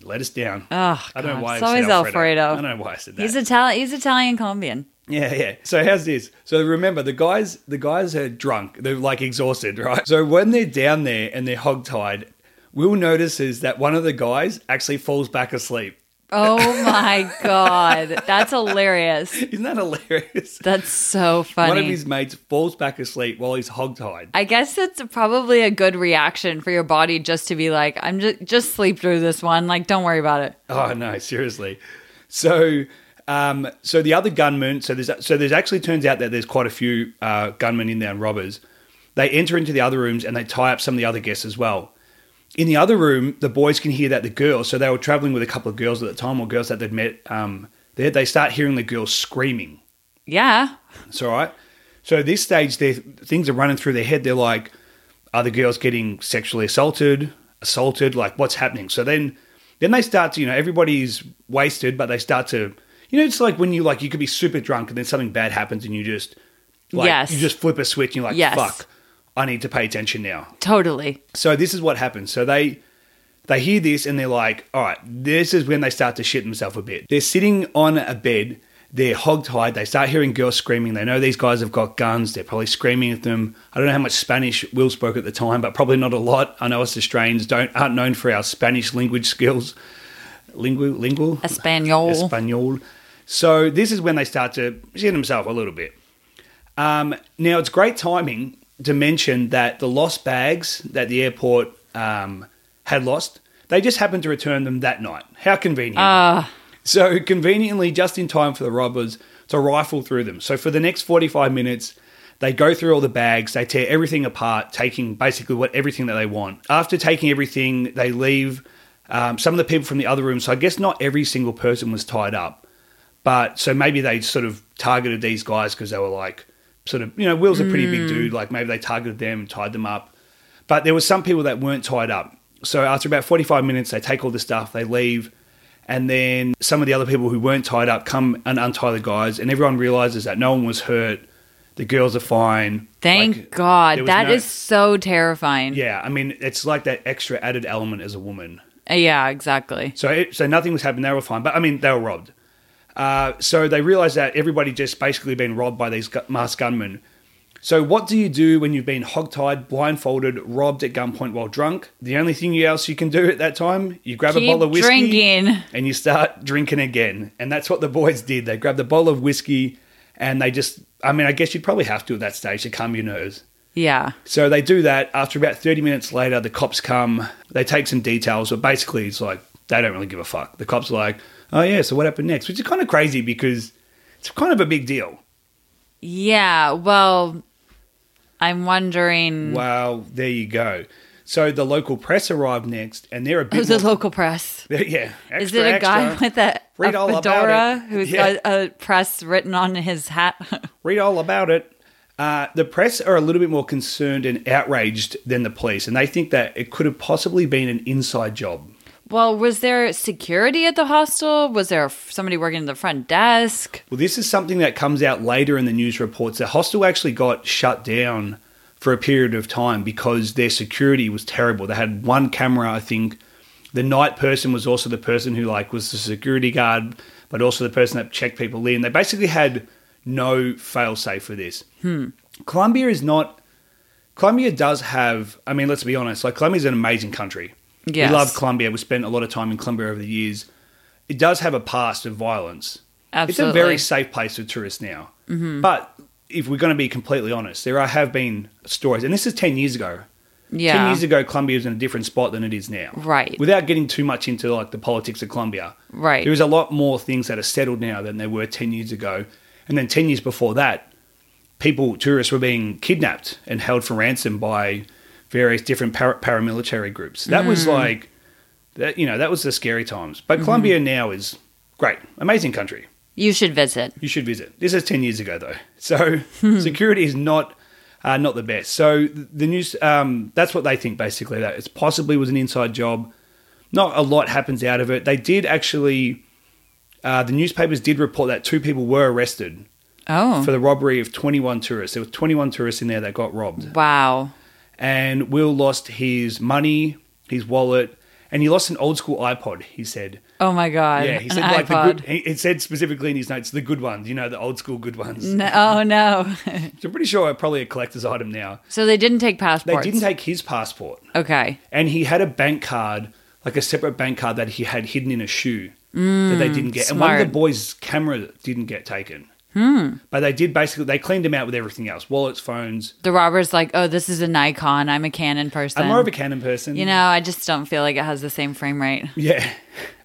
Speaker 2: let us down.
Speaker 1: Oh,
Speaker 2: I don't know
Speaker 1: God,
Speaker 2: why
Speaker 1: it's
Speaker 2: I said
Speaker 1: always
Speaker 2: Alfredo.
Speaker 1: Alfredo.
Speaker 2: I don't know why I said that.
Speaker 1: He's Italian. He's Italian Colombian.
Speaker 2: Yeah, yeah. So how's this? So remember, the guys, the guys are drunk. They're like exhausted, right? So when they're down there and they're hogtied, Will notices that one of the guys actually falls back asleep.
Speaker 1: Oh my god, that's hilarious.
Speaker 2: Isn't that hilarious?
Speaker 1: That's so funny.
Speaker 2: One of his mates falls back asleep while he's hogtied.
Speaker 1: I guess it's probably a good reaction for your body just to be like, I'm just just sleep through this one. Like, don't worry about it.
Speaker 2: Oh no, seriously. So, um, so the other gunmen. So there's so there's actually turns out that there's quite a few uh, gunmen in there and robbers. They enter into the other rooms and they tie up some of the other guests as well. In the other room, the boys can hear that the girls. So they were traveling with a couple of girls at the time, or girls that they'd met. Um, they they start hearing the girls screaming.
Speaker 1: Yeah.
Speaker 2: It's all right. So at this stage, they things are running through their head. They're like, are the girls getting sexually assaulted? Assaulted? Like, what's happening? So then, then they start to, you know, everybody's wasted, but they start to, you know, it's like when you like you could be super drunk and then something bad happens and you just, like,
Speaker 1: Yes.
Speaker 2: you just flip a switch and you're like,
Speaker 1: Yes.
Speaker 2: fuck, I need to pay attention now.
Speaker 1: Totally.
Speaker 2: So this is what happens. So they they hear this and they're like, all right, this is when they start to shit themselves a bit. They're sitting on a bed, they're hogtied, they start hearing girls screaming. They know these guys have got guns, they're probably screaming at them. I don't know how much Spanish Will spoke at the time, but probably not a lot. I know us Australians don't aren't known for our Spanish language skills. Lingu lingual
Speaker 1: Espanol.
Speaker 2: Espanol. So this is when they start to shit themselves a little bit. Um, now it's great timing to mention that the lost bags that the airport um, had lost, they just happened to return them that night. How convenient! So conveniently, just in time for the robbers to rifle through them. So for the next forty-five minutes. They go through all the bags, they tear everything apart, taking basically what everything that they want. After taking everything, they leave um, some of the people from the other room. So I guess not every single person was tied up, but so maybe they sort of targeted these guys because they were like, sort of, you know, Will's a pretty
Speaker 1: Mm.
Speaker 2: big dude. Like maybe they targeted them and tied them up. But there were some people that weren't tied up. So after about 45 minutes, they take all the stuff, they leave. And then some of the other people who weren't tied up come and untie the guys. And everyone realizes that no one was hurt. The girls are fine.
Speaker 1: Thank
Speaker 2: Like, there
Speaker 1: God.
Speaker 2: was
Speaker 1: That is
Speaker 2: no-
Speaker 1: so terrifying. Yeah.
Speaker 2: Yeah, I mean, it's like that extra added element as a woman.
Speaker 1: Uh, yeah, exactly.
Speaker 2: So, it, so nothing was happening. They were fine, but I mean, they were robbed. Uh, so they realized that everybody just basically been robbed by these gu- masked gunmen. So, what do you do when you've been hogtied, blindfolded, robbed at gunpoint while drunk? The only thing you- else you can do at that time, you grab a
Speaker 1: Keep
Speaker 2: bottle of whiskey
Speaker 1: drinking.
Speaker 2: and you start drinking again. And that's what the boys did. They grabbed a bottle of whiskey and they just, I mean, I guess you'd probably have to at that stage to calm your nerves.
Speaker 1: Yeah.
Speaker 2: So they do that. After about 30 minutes later, the cops come. They take some details, but basically, it's like they don't really give a fuck. The cops are like, oh, yeah, so what happened next? Which is kind of crazy because it's kind of a big deal.
Speaker 1: Yeah. Well, I'm wondering.
Speaker 2: Wow, there you go. So the local press arrived next, and they're a
Speaker 1: Oh, It
Speaker 2: bit.
Speaker 1: was the
Speaker 2: more-
Speaker 1: local press.
Speaker 2: they're- yeah, extra,
Speaker 1: Is it a guy
Speaker 2: extra.
Speaker 1: with a,
Speaker 2: Read all
Speaker 1: a
Speaker 2: about
Speaker 1: fedora
Speaker 2: it.
Speaker 1: who's
Speaker 2: Yeah.
Speaker 1: got a press written on his hat?
Speaker 2: Read all about it. Uh, the press are a little bit more concerned and outraged than the police, and they think that it could have possibly been an inside job.
Speaker 1: well, was there security at the hostel? Was there f- somebody working at the front desk?
Speaker 2: Well, this is something that comes out later in the news reports. The hostel actually got shut down for a period of time because their security was terrible. They had one camera, I think. The night person was also the person who like was the security guard, but also the person that checked people in. They basically had no failsafe for this. Hmm. Colombia is not. Colombia does have. I mean, let's be honest. Like Colombia is an amazing country.
Speaker 1: Yes.
Speaker 2: We love Colombia. We spent a lot of time in Colombia over the years. It does have a past of violence. It's a
Speaker 1: Absolutely.
Speaker 2: very safe place for tourists now. Mm-hmm. But if we're going to be completely honest, there are, have been stories, and this is 10 years ago. 10
Speaker 1: Yeah.
Speaker 2: years ago, Colombia was in a different spot than it is now.
Speaker 1: Right.
Speaker 2: Without getting too much into like the politics of Colombia.
Speaker 1: Right.
Speaker 2: There is a lot more things that are settled now than there were 10 years ago. And then 10 years before that, people, tourists were being kidnapped and held for ransom by various different para- paramilitary groups. That was
Speaker 1: Mm. Mm-hmm.
Speaker 2: like, that, you know, that was the scary times. But Colombia now is great, amazing country.
Speaker 1: You should visit.
Speaker 2: You should visit. This is 10 years ago, though. So security is not uh, not the best. So th- the news, um, that's what they think, basically, that it possibly was an inside job. Not a lot happens out of it. They did actually, uh, the newspapers did report that two people were arrested
Speaker 1: Oh,
Speaker 2: for the robbery of 21 tourists. There were 21 tourists in there that got robbed
Speaker 1: wow.
Speaker 2: and Will lost his money, his wallet, and he lost an old school iPod. He said,
Speaker 1: Oh my God.
Speaker 2: "Yeah, he
Speaker 1: An
Speaker 2: said like
Speaker 1: iPod.
Speaker 2: the good." He it said specifically in his notes, "The good ones, you know, the old school good ones."
Speaker 1: No, oh no.
Speaker 2: So I'm pretty sure are probably a collector's item now.
Speaker 1: so they didn't take
Speaker 2: They
Speaker 1: passports.
Speaker 2: didn't take his passport,
Speaker 1: Okay.
Speaker 2: and he had a bank card, like a separate bank card that he had hidden in a shoe that they didn't get, and one of
Speaker 1: Hmm, smart.
Speaker 2: the boys' camera didn't get taken. Hmm. But they did basically they cleaned him out with everything else: wallets, phones.
Speaker 1: The robber's like, oh, this is a Nikon. I'm a Canon person.
Speaker 2: I'm more of a Canon person,
Speaker 1: you know, I just don't feel like it has the same frame rate.
Speaker 2: Yeah,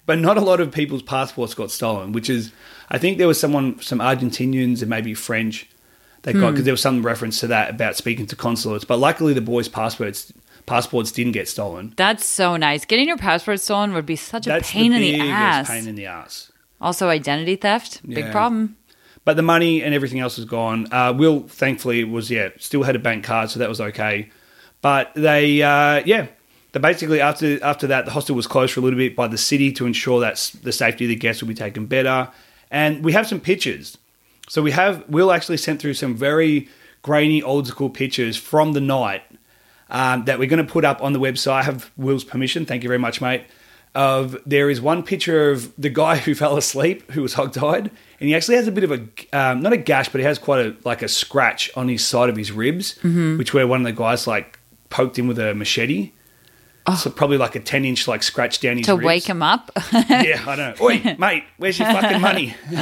Speaker 2: but not a lot of people's passports got stolen, which is, I think there was someone, some Argentinians and maybe French, that got
Speaker 1: Hmm.
Speaker 2: because there was some reference to that about speaking to consulates. But luckily, the boys' passports passports didn't get stolen.
Speaker 1: That's so nice. Getting your passport stolen would be such a
Speaker 2: That's
Speaker 1: pain
Speaker 2: the
Speaker 1: in the
Speaker 2: biggest
Speaker 1: ass.
Speaker 2: pain in the ass.
Speaker 1: also, identity theft, big
Speaker 2: Yeah.
Speaker 1: problem.
Speaker 2: But the money and everything else was gone. Uh, Will, thankfully, was yeah still had a bank card, so that was okay. But they, uh, yeah, they basically after after that, the hostel was closed for a little bit by the city to ensure that s- the safety of the guests would be taken better. And we have some pictures. So we have Will actually sent through some very grainy, old school pictures from the night um, that we're going to put up on the website. I have Will's permission. Thank you very much, mate. Of there is one picture of the guy who fell asleep, who was hog-tied, and he actually has a bit of a um, not a gash, but he has quite a like a scratch on his side of his ribs,
Speaker 1: Mm-hmm.
Speaker 2: which where one of the guys like poked him with a machete. So probably like a ten inch like scratch down his
Speaker 1: Oh. To
Speaker 2: ribs
Speaker 1: wake him up.
Speaker 2: yeah, I know. Oi, mate, where's your fucking money?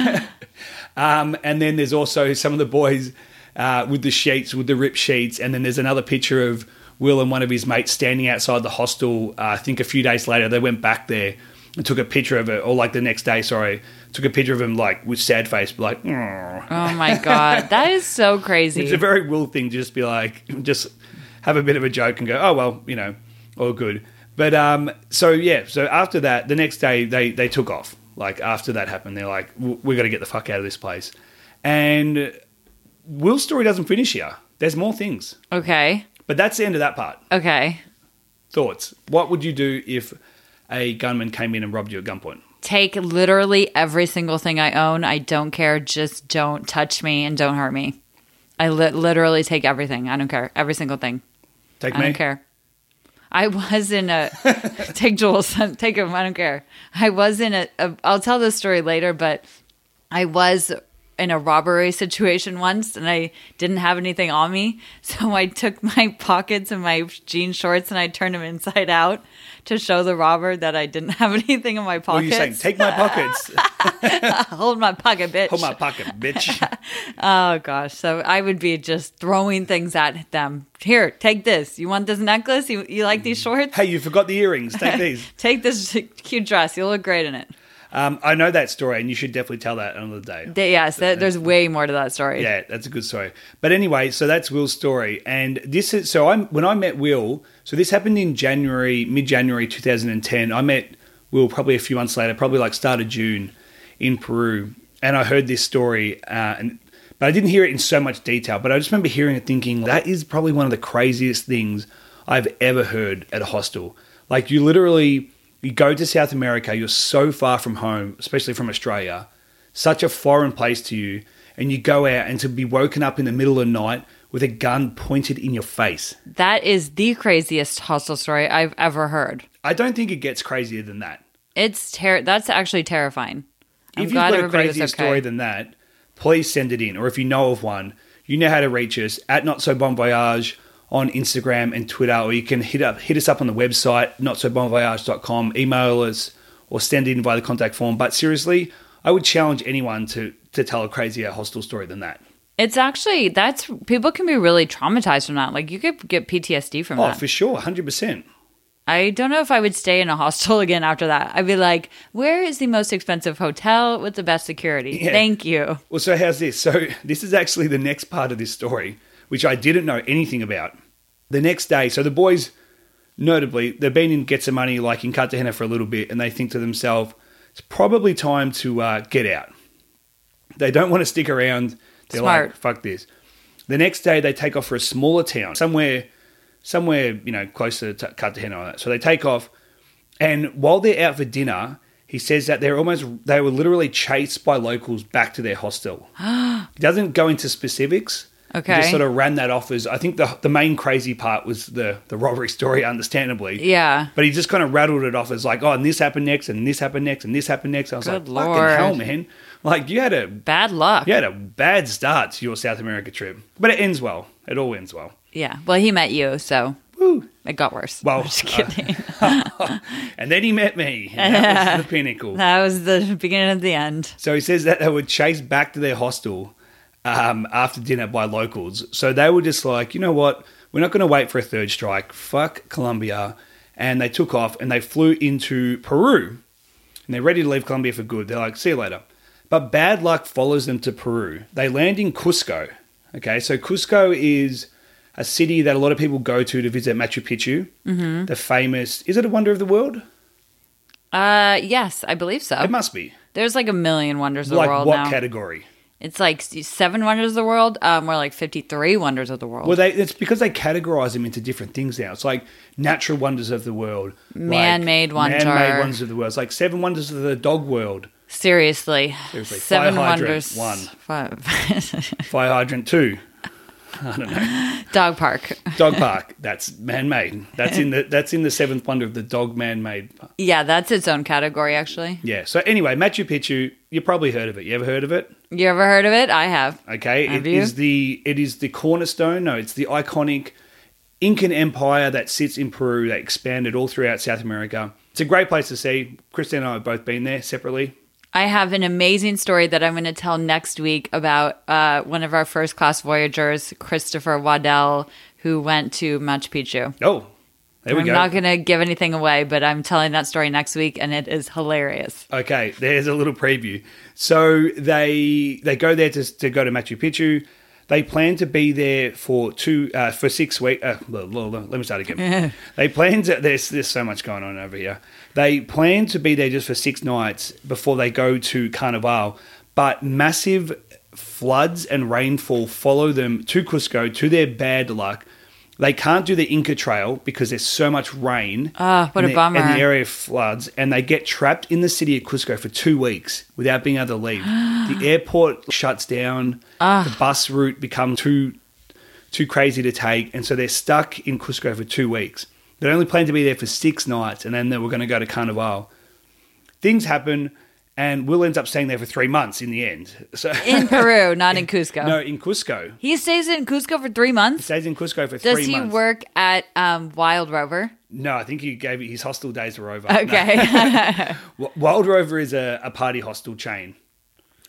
Speaker 2: um, and then there's also some of the boys uh, with the sheets, with the ripped sheets. And then there's another picture of Will and one of his mates standing outside the hostel. Uh, I think a few days later, they went back there and took a picture of it, or like the next day, sorry, took a picture of him like with sad face, like, "Aw."
Speaker 1: oh my God. That is so
Speaker 2: it's a
Speaker 1: crazy.
Speaker 2: very Will thing to just be like, just have a bit of a joke and go, oh, well, you know, all good. But um, so, yeah, so after that, the next day they, they took off. Like, after that happened, they're like, "W- we got to get the fuck out of this place. And Will's story doesn't finish here. There's more things.
Speaker 1: Okay.
Speaker 2: But that's the end of that part.
Speaker 1: Okay.
Speaker 2: Thoughts. What would you do if a gunman came in and robbed you at gunpoint?
Speaker 1: Take literally every single thing I own. I don't care. Just don't touch me and don't hurt me. I li- literally take everything. I don't care. Every single thing.
Speaker 2: Take
Speaker 1: I
Speaker 2: me.
Speaker 1: don't care. I was in a take Jules, take him. I don't care. I was in a, a. I'll tell this story later, but I was in a robbery situation once, and I didn't have anything on me, so I took my pockets and my jean shorts and I turned them inside out to show the robber that I didn't have anything in my
Speaker 2: What are you
Speaker 1: pockets.
Speaker 2: saying? Take my pockets.
Speaker 1: Hold my pocket, bitch.
Speaker 2: Hold my pocket, bitch.
Speaker 1: Oh gosh, so I would be just throwing things at them. Here, take this. You want this necklace? You you like
Speaker 2: Mm.
Speaker 1: these shorts?
Speaker 2: hey, you forgot the earrings. Take these.
Speaker 1: Take this cute dress. You'll look great in it.
Speaker 2: Um, I know that story, and you should definitely tell that another day.
Speaker 1: Th- yes, th- there's way more to that story.
Speaker 2: Yeah, that's a good story. But anyway, so that's Will's story, and this is so I'm when I met Will. So this happened in January, mid January 2010. I met Will probably a few months later, probably like start of June, in Peru, and I heard this story, uh, and but I didn't hear it in so much detail. But I just remember hearing it, thinking that is probably one of the craziest things I've ever heard at a hostel. Like you literally. You go to South America, you're so far from home, especially from Australia, such a foreign place to you, and you go out and to be woken up in the middle of the night with a gun pointed in your face.
Speaker 1: That is the craziest hostel story I've ever heard.
Speaker 2: I don't think it gets crazier than that.
Speaker 1: It's ter- that's actually terrifying. I'm
Speaker 2: if you've
Speaker 1: glad
Speaker 2: got a
Speaker 1: everybody
Speaker 2: crazier
Speaker 1: was okay.
Speaker 2: story than that, please send it in. Or if you know of one, you know how to reach us at Not So Bon Voyage on Instagram and Twitter, or you can hit up hit us up on the website, notsobonvoyage.com, email us, or send in via the contact form. But seriously, I would challenge anyone to to tell a crazier hostel story than that.
Speaker 1: it's actually that's people can be really traumatized from that. Like you could get PTSD from
Speaker 2: Oh,
Speaker 1: that.
Speaker 2: for sure, hundred percent.
Speaker 1: I don't know if I would stay in a hostel again after that. I'd be like, where is the most expensive hotel with the best security?
Speaker 2: Yeah.
Speaker 1: Thank you.
Speaker 2: Well, so how's this? So, this is actually the next part of this story, which I didn't know anything about. The next day, so the boys, notably, they've been in Get Some Money, like in Cartagena for a little bit, and they think to themselves, it's probably time to uh, get out. They don't want to stick around. They're
Speaker 1: Smart.
Speaker 2: like, fuck this. The next day they take off for a smaller town, somewhere, somewhere you know closer to Cartagena and all that. So they take off, and while they're out for dinner, he says that they're almost they were literally chased by locals back to their hostel. he doesn't go into specifics. He
Speaker 1: Okay.
Speaker 2: just sort of ran that off as I think the the main crazy part was the the robbery story, understandably.
Speaker 1: Yeah.
Speaker 2: But he just kind of rattled it off as like, oh, and this happened next, and this happened next, and this happened next. I was
Speaker 1: Good
Speaker 2: like,
Speaker 1: Lord.
Speaker 2: fucking hell, man! Like you had a
Speaker 1: Bad luck.
Speaker 2: you had a bad start to your South America trip, but it ends well. It all ends well.
Speaker 1: Yeah. Well, he met you, so
Speaker 2: Woo.
Speaker 1: it got worse.
Speaker 2: Well,
Speaker 1: I'm just
Speaker 2: uh,
Speaker 1: kidding.
Speaker 2: And then he met me. And that was the pinnacle.
Speaker 1: that was the beginning of the end.
Speaker 2: So he says that they were chased back to their hostel um, after dinner by locals. So they were just like, you know what? We're not going to wait for a third strike. Fuck Colombia. And they took off and they flew into Peru. And they're ready to leave Colombia for good. They're like, see you later. But bad luck follows them to Peru. They land in Cusco. Okay, so Cusco is a city that a lot of people go to to visit Machu Picchu. Mm-hmm. The famous, is it a wonder of the world?
Speaker 1: Uh, yes, I believe so.
Speaker 2: It must be.
Speaker 1: There's like a million wonders of the
Speaker 2: like
Speaker 1: world
Speaker 2: what
Speaker 1: now.
Speaker 2: category?
Speaker 1: It's like s- seven wonders of the world. Um, we're like 53 wonders of the world.
Speaker 2: Well, they, it's because they categorize them into different things now. It's like natural wonders of the world, like
Speaker 1: Man-made wonder.
Speaker 2: man-made wonders of the world. It's like seven wonders of the dog world,
Speaker 1: Seriously.
Speaker 2: Seriously,
Speaker 1: Seven
Speaker 2: fire hydrant,
Speaker 1: wonders.
Speaker 2: one.
Speaker 1: Five.
Speaker 2: fire hydrant two,
Speaker 1: Dog park.
Speaker 2: dog park. that's man-made. That's in the that's in the seventh wonder of the dog man-made.
Speaker 1: Yeah, that's its own category, actually.
Speaker 2: Yeah. So anyway, Machu Picchu. You probably heard of it. You ever heard of it?
Speaker 1: You ever heard of it? I have.
Speaker 2: Okay,
Speaker 1: Have
Speaker 2: it
Speaker 1: you?
Speaker 2: is the it is the cornerstone. No, it's the iconic Incan Empire that sits in Peru that expanded all throughout South America. It's a great place to see. Christine and I have both been there separately.
Speaker 1: I have an amazing story that I'm going to tell next week about uh, one of our first class voyagers, Christopher Waddell, who went to Machu Picchu.
Speaker 2: Oh, there we
Speaker 1: I'm
Speaker 2: go.
Speaker 1: not going to give anything away, but I'm telling that story next week, and it is hilarious.
Speaker 2: Okay, there's a little preview. So they they go there to, to go to Machu Picchu. They plan to be there for two uh, for six weeks. Uh, blah, blah, blah. let me start again. they plan to. There's there's so much going on over here. They plan to be there just for six nights before they go to Carnival. But massive floods and rainfall follow them to Cusco to their bad luck. They can't do the Inca Trail because there's so much rain.
Speaker 1: Ah, what
Speaker 2: and
Speaker 1: a
Speaker 2: the- and the
Speaker 1: bummer.
Speaker 2: area floods and they get trapped in the city of Cusco for two weeks without being able to leave. the airport shuts down.
Speaker 1: Ah.
Speaker 2: The bus route becomes too too crazy to take, and so they're stuck in Cusco for two weeks. They only planned to be there for six nights, and then they were going to go to Carnival. Things happen, and Will ends up staying there for three months in the end. So
Speaker 1: In Peru, not in Cusco.
Speaker 2: no, in Cusco,
Speaker 1: He stays in Cusco for three months.
Speaker 2: stays in Cusco for
Speaker 1: Does
Speaker 2: three
Speaker 1: he
Speaker 2: months.
Speaker 1: work at um, Wild Rover?
Speaker 2: No, I think he gave it. His hostel days were over. No.
Speaker 1: Oh. Okay.
Speaker 2: W- Wild Rover is a, a party hostel chain.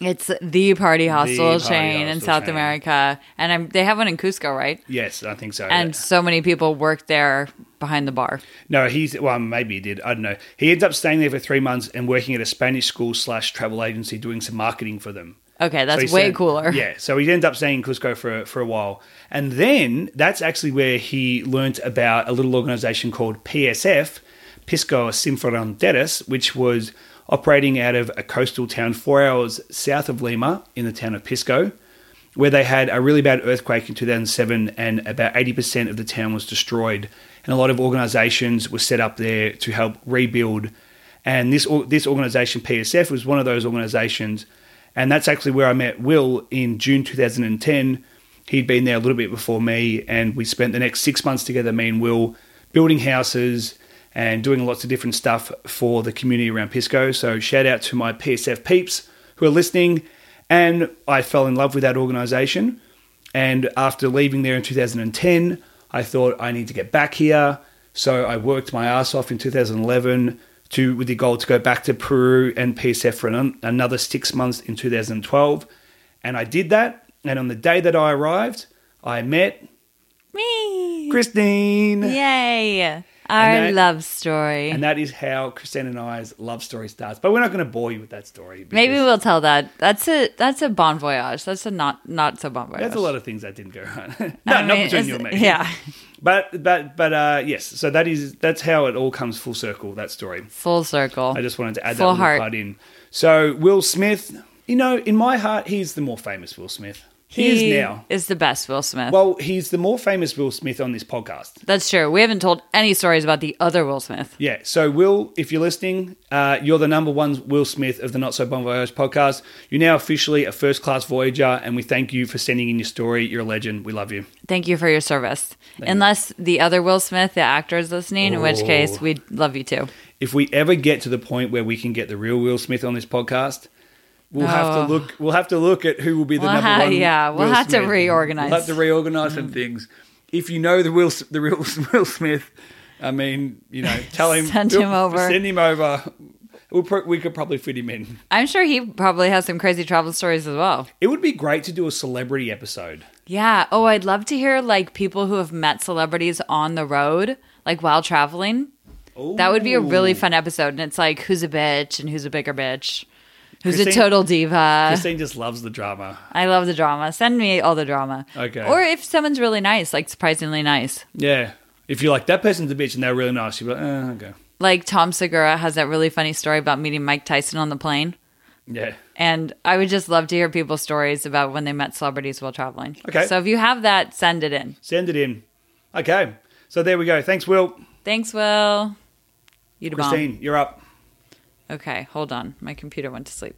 Speaker 1: it's the party hostel
Speaker 2: party
Speaker 1: chain in
Speaker 2: hostel
Speaker 1: South
Speaker 2: chain. Oh,
Speaker 1: America. And I'm, they have one in Cusco, right?
Speaker 2: Yes, I think so.
Speaker 1: And so many people work there behind the bar.
Speaker 2: No, he's well, maybe he did. I don't know. He ends up staying there for three months and working at a Spanish school slash travel agency, doing some marketing for them.
Speaker 1: Okay,
Speaker 2: So
Speaker 1: that's
Speaker 2: he
Speaker 1: way
Speaker 2: said-
Speaker 1: cooler.
Speaker 2: Yeah, so he ends up staying in Cusco for for a while, and then that's actually where he learnt about a little organization called PSF, Pisco Sin Fronteras, which was operating out of a coastal town four hours south of Lima in the town of Pisco, where they had a really bad earthquake in 2007, and about 80% of the town was destroyed, and a lot of organizations were set up there to help rebuild. And this or- this organization PSF was one of those organizations and that's actually where I met Will in June 2010. He'd been there a little bit before me, and we spent the next six months together, me and Will, building houses and doing lots of different stuff for the community around Pisco. So, shout out to my PSF peeps who are listening. And I fell in love with that organization. And after leaving there in 2010, I thought I need to get back here. So I worked my ass off in 2011 to with the goal to go back to Peru and PSF for an, another six months in 2012, and I did that. And on the day that I arrived, I met
Speaker 1: Me.
Speaker 2: Christine,
Speaker 1: Yay. Our
Speaker 2: And that-
Speaker 1: love story.
Speaker 2: and that is how Christine and I's love story starts. But we're not going to bore you with that story.
Speaker 1: Maybe
Speaker 2: because
Speaker 1: we'll tell that. That's a that's a bon voyage. That's a not not so bon voyage.
Speaker 2: there's a lot of things that didn't go right. no, not
Speaker 1: mean,
Speaker 2: between you and
Speaker 1: it's-
Speaker 2: me.
Speaker 1: Yeah.
Speaker 2: but but but uh, yes. So that is that's how it all comes full circle. That story.
Speaker 1: Full circle.
Speaker 2: I just wanted to add
Speaker 1: Full
Speaker 2: that little
Speaker 1: heart.
Speaker 2: part in. So Will Smith, You know, in my heart, he's the more famous Will Smith. He, is now.
Speaker 1: is the best Will Smith.
Speaker 2: Well, he's the more famous Will Smith on this podcast.
Speaker 1: That's true. We haven't told any stories about the other Will Smith.
Speaker 2: Yeah. So, Will, if you're listening, uh, you're the number one Will Smith of the Not So Bon Voyage podcast. You're now officially a first class Voyager, and we thank you for sending in your story. You're a legend. We love you.
Speaker 1: Thank you for your service. Unless the other Will Smith, the actor, is listening, in which case
Speaker 2: Oh.
Speaker 1: we love you too.
Speaker 2: If we ever get to the point where we can get the real Will Smith on this podcast, we'll have to
Speaker 1: Oh.
Speaker 2: look. We'll have to look at who will be the
Speaker 1: We'll
Speaker 2: number
Speaker 1: ha-
Speaker 2: one.
Speaker 1: yeah, we'll
Speaker 2: Will
Speaker 1: have to
Speaker 2: Smith.
Speaker 1: reorganize. Mm.
Speaker 2: We'll have to reorganize some things. If you know the Will, S- the real Will Smith, I mean, you know, tell him
Speaker 1: Send him over.
Speaker 2: Send him over. We'll pro- we could probably fit him in.
Speaker 1: I'm sure he probably has some crazy travel stories as well.
Speaker 2: It would be great to do a celebrity episode.
Speaker 1: Yeah. Oh, I'd love to hear like people who have met celebrities on the road, like while traveling. That would be a really
Speaker 2: Ooh.
Speaker 1: fun episode. And it's like, who's a bitch and who's a bigger bitch? Who's a
Speaker 2: Christine-
Speaker 1: total diva?
Speaker 2: Christine just loves the drama.
Speaker 1: I love the drama. Send me all the drama.
Speaker 2: Okay.
Speaker 1: Or if someone's really nice, like surprisingly nice.
Speaker 2: Yeah. If you're like, that person's a bitch and they're really nice, you'd be like, eh, okay.
Speaker 1: Like Tom Segura has that really funny story about meeting Mike Tyson on the plane.
Speaker 2: Yeah.
Speaker 1: And I would just love to hear people's stories about when they met celebrities while traveling.
Speaker 2: Okay.
Speaker 1: So if you have that, send it in.
Speaker 2: Send it in. Okay. So there we go. Thanks, Will.
Speaker 1: Thanks, Will. You to bomb.
Speaker 2: Christine, you're up.
Speaker 1: Okay, hold on. My computer went to sleep.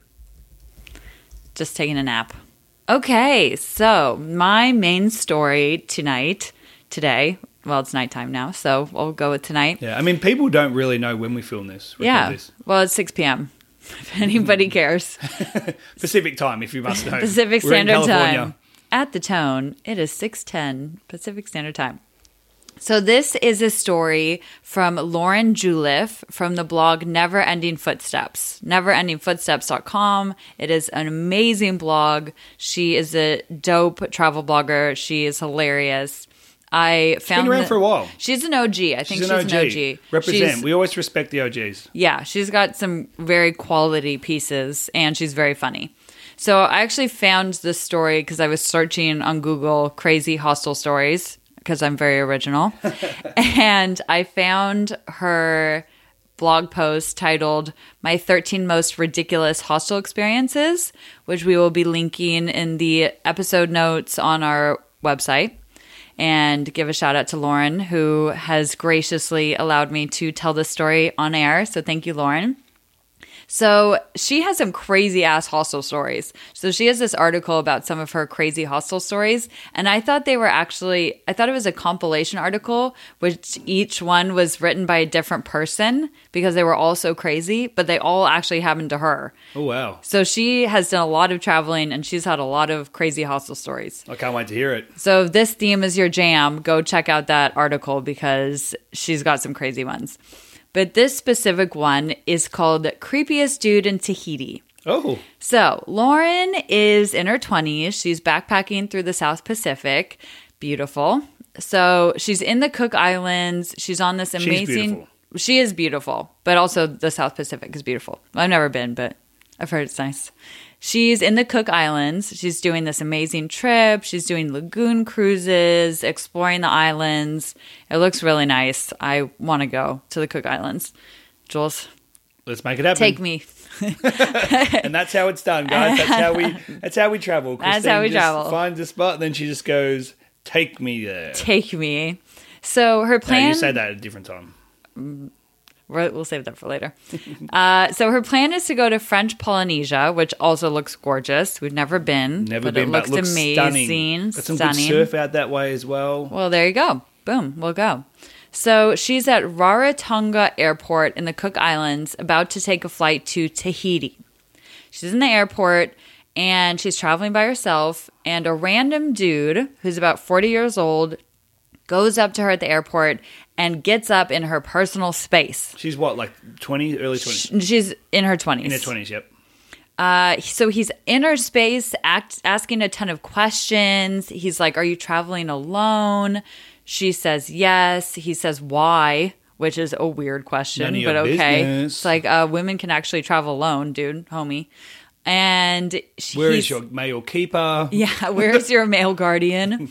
Speaker 1: Just taking a nap. Okay, so my main story tonight, today, well, it's nighttime now, so we'll go with tonight.
Speaker 2: Yeah. I mean, people don't really know when we film this. record
Speaker 1: Yeah.
Speaker 2: this. Mm.
Speaker 1: Well, it's 6 p.m. If anybody cares.
Speaker 2: Pacific time, if you must know.
Speaker 1: Pacific
Speaker 2: We're in
Speaker 1: Standard
Speaker 2: California.
Speaker 1: Time. At the tone, it is 6:10 Pacific Standard Time. So this is a story from Lauren Juliff from the blog Never Ending Footsteps, neverendingfootsteps.com. It is an amazing blog. She is a dope travel blogger. She is hilarious. I found
Speaker 2: around
Speaker 1: the-
Speaker 2: for a while.
Speaker 1: She's an OG. I think she's, an OG.
Speaker 2: Represent.
Speaker 1: She's-
Speaker 2: we always respect the OGs.
Speaker 1: yeah, she's got some very quality pieces and she's very funny. So I actually found this story because I was searching on Google crazy hostel stories because I'm very original. and I found her blog post titled My 13 Most Ridiculous Hostel Experiences, which we will be linking in the episode notes on our website and give a shout out to Lauren, who has graciously allowed me to tell this story on air. So thank you, Lauren. So she has some crazy ass hostel stories. So she has this article about some of her crazy hostel stories. And I thought they were actually, I thought it was a compilation article, which each one was written by a different person because they were all so crazy, but they all actually happened to her.
Speaker 2: Oh, wow.
Speaker 1: So she has done a lot of traveling and she's had a lot of crazy hostel stories.
Speaker 2: I can't wait to hear it.
Speaker 1: So if this theme is your jam, go check out that article because she's got some crazy ones. But this specific one is called Creepiest Dude in Tahiti.
Speaker 2: Oh,
Speaker 1: So Lauren is in her 20s. She's backpacking through the South Pacific. Beautiful. So she's in the Cook Islands. She's on this amazing.
Speaker 2: beautiful.
Speaker 1: She is beautiful, but also the South Pacific is beautiful. I've never been, but I've heard it's nice. She's in the Cook Islands. She's doing this amazing trip. She's doing lagoon cruises, exploring the islands. It looks really nice. I want to go to the Cook Islands. Jules,
Speaker 2: let's make it happen.
Speaker 1: take me.
Speaker 2: and that's how it's done, guys. That's how we. That's how we travel.
Speaker 1: That's how
Speaker 2: Christine
Speaker 1: we
Speaker 2: just
Speaker 1: travel.
Speaker 2: Finds a spot, and then she just goes, "Take me there."
Speaker 1: Take me. So her
Speaker 2: No,
Speaker 1: plan.
Speaker 2: you said that at a different time.
Speaker 1: We're- We'll save that for later. uh, so her plan is to go to French Polynesia, which also looks gorgeous. We've never been.
Speaker 2: Never
Speaker 1: but
Speaker 2: been,
Speaker 1: It looks,
Speaker 2: but looks
Speaker 1: amazing.
Speaker 2: stunning. Got some
Speaker 1: stunning.
Speaker 2: good surf out that way as well.
Speaker 1: Well, there you go. Boom, we'll go. So she's at Rarotonga Airport in the Cook Islands, about to take a flight to Tahiti. She's in the airport and she's traveling by herself, and a random dude who's about 40 years old goes up to her at the airport and gets up in her personal space.
Speaker 2: She's what, like twenty, early twenties,
Speaker 1: She's in her 20s.
Speaker 2: in her twenties. Yep.
Speaker 1: Uh, so he's in her space, act, asking a ton of questions. He's like, Are you traveling alone? She says, Yes. He says, Why? Which is a weird
Speaker 2: None of
Speaker 1: question,
Speaker 2: your
Speaker 1: but okay.
Speaker 2: business.
Speaker 1: It's like, uh, Women can actually travel alone, dude, homie. And she,
Speaker 2: Where is
Speaker 1: he's-
Speaker 2: your male keeper?
Speaker 1: yeah, where's your male guardian?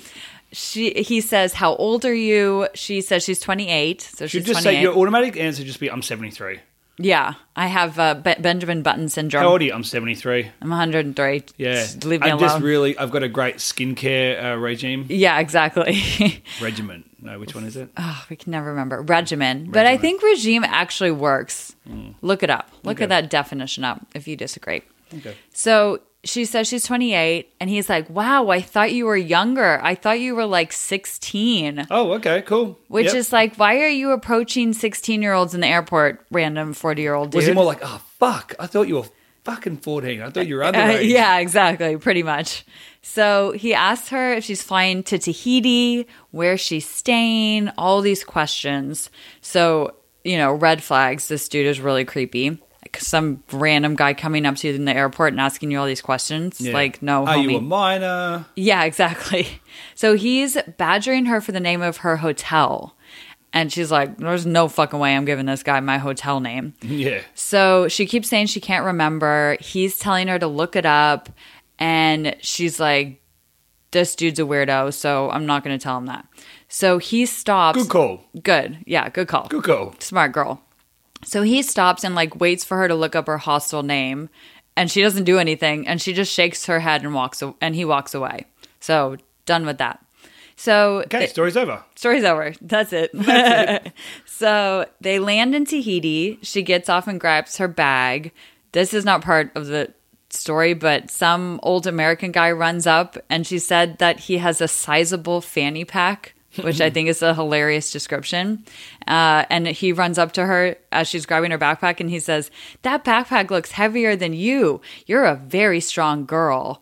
Speaker 1: She he says, How old are you? She says she's twenty eight. So
Speaker 2: Should
Speaker 1: she's
Speaker 2: just
Speaker 1: twenty
Speaker 2: say
Speaker 1: eight.
Speaker 2: your automatic answer just be I'm 73.
Speaker 1: Yeah, I have uh, Be- Benjamin Button syndrome.
Speaker 2: How old are you? I'm 73.
Speaker 1: I'm 103.
Speaker 2: Yeah.
Speaker 1: Just leave me
Speaker 2: I
Speaker 1: alone.
Speaker 2: just really, I've got a great skincare uh, regime.
Speaker 1: yeah, exactly.
Speaker 2: Regiment. No, which one is it?
Speaker 1: oh, we can never remember. Regimen. But I think regime actually works. Look it up. Look
Speaker 2: Mm. Okay.
Speaker 1: at that definition up if you disagree.
Speaker 2: Okay.
Speaker 1: So she says she's 28, and he's like, Wow, I thought you were younger. I thought you were like 16,
Speaker 2: Oh, okay, cool.
Speaker 1: which
Speaker 2: Yep.
Speaker 1: is like, Why are you approaching 16 year olds in the airport, random 40 year old dude?
Speaker 2: Was he more like, oh, fuck, I thought you were fucking 14. I thought you were underage.
Speaker 1: Uh, yeah, exactly, pretty much. So he asks her if she's flying to Tahiti, where she's staying, all these questions. So, you know, red flags. This dude is really creepy. Like, some random guy coming up to you in the airport and asking you all these questions.
Speaker 2: Yeah.
Speaker 1: Like, no,
Speaker 2: Are you
Speaker 1: homie.
Speaker 2: a minor?
Speaker 1: Yeah, exactly. So he's badgering her for the name of her hotel. And she's like, there's no fucking way I'm giving this guy my hotel name.
Speaker 2: Yeah.
Speaker 1: So she keeps saying she can't remember. He's telling her to look it up. And she's like, this dude's a weirdo. So I'm not going to tell him that. So he stops.
Speaker 2: Good call.
Speaker 1: Good. Yeah, good call
Speaker 2: Good call.
Speaker 1: smart girl. So he stops and like waits for her to look up her hostel name, and she doesn't do anything, and she just shakes her head and walks, a- and he walks away. So done with that. So
Speaker 2: Okay,
Speaker 1: th-
Speaker 2: story's over.
Speaker 1: story's over. That's it. so they land in Tahiti. She gets off and grabs her bag. This is not part of the story, but some old American guy runs up and she said that he has a sizable fanny pack, which I think is a hilarious description. Uh, and he runs up to her as she's grabbing her backpack and he says, That backpack looks heavier than you. You're a very strong girl.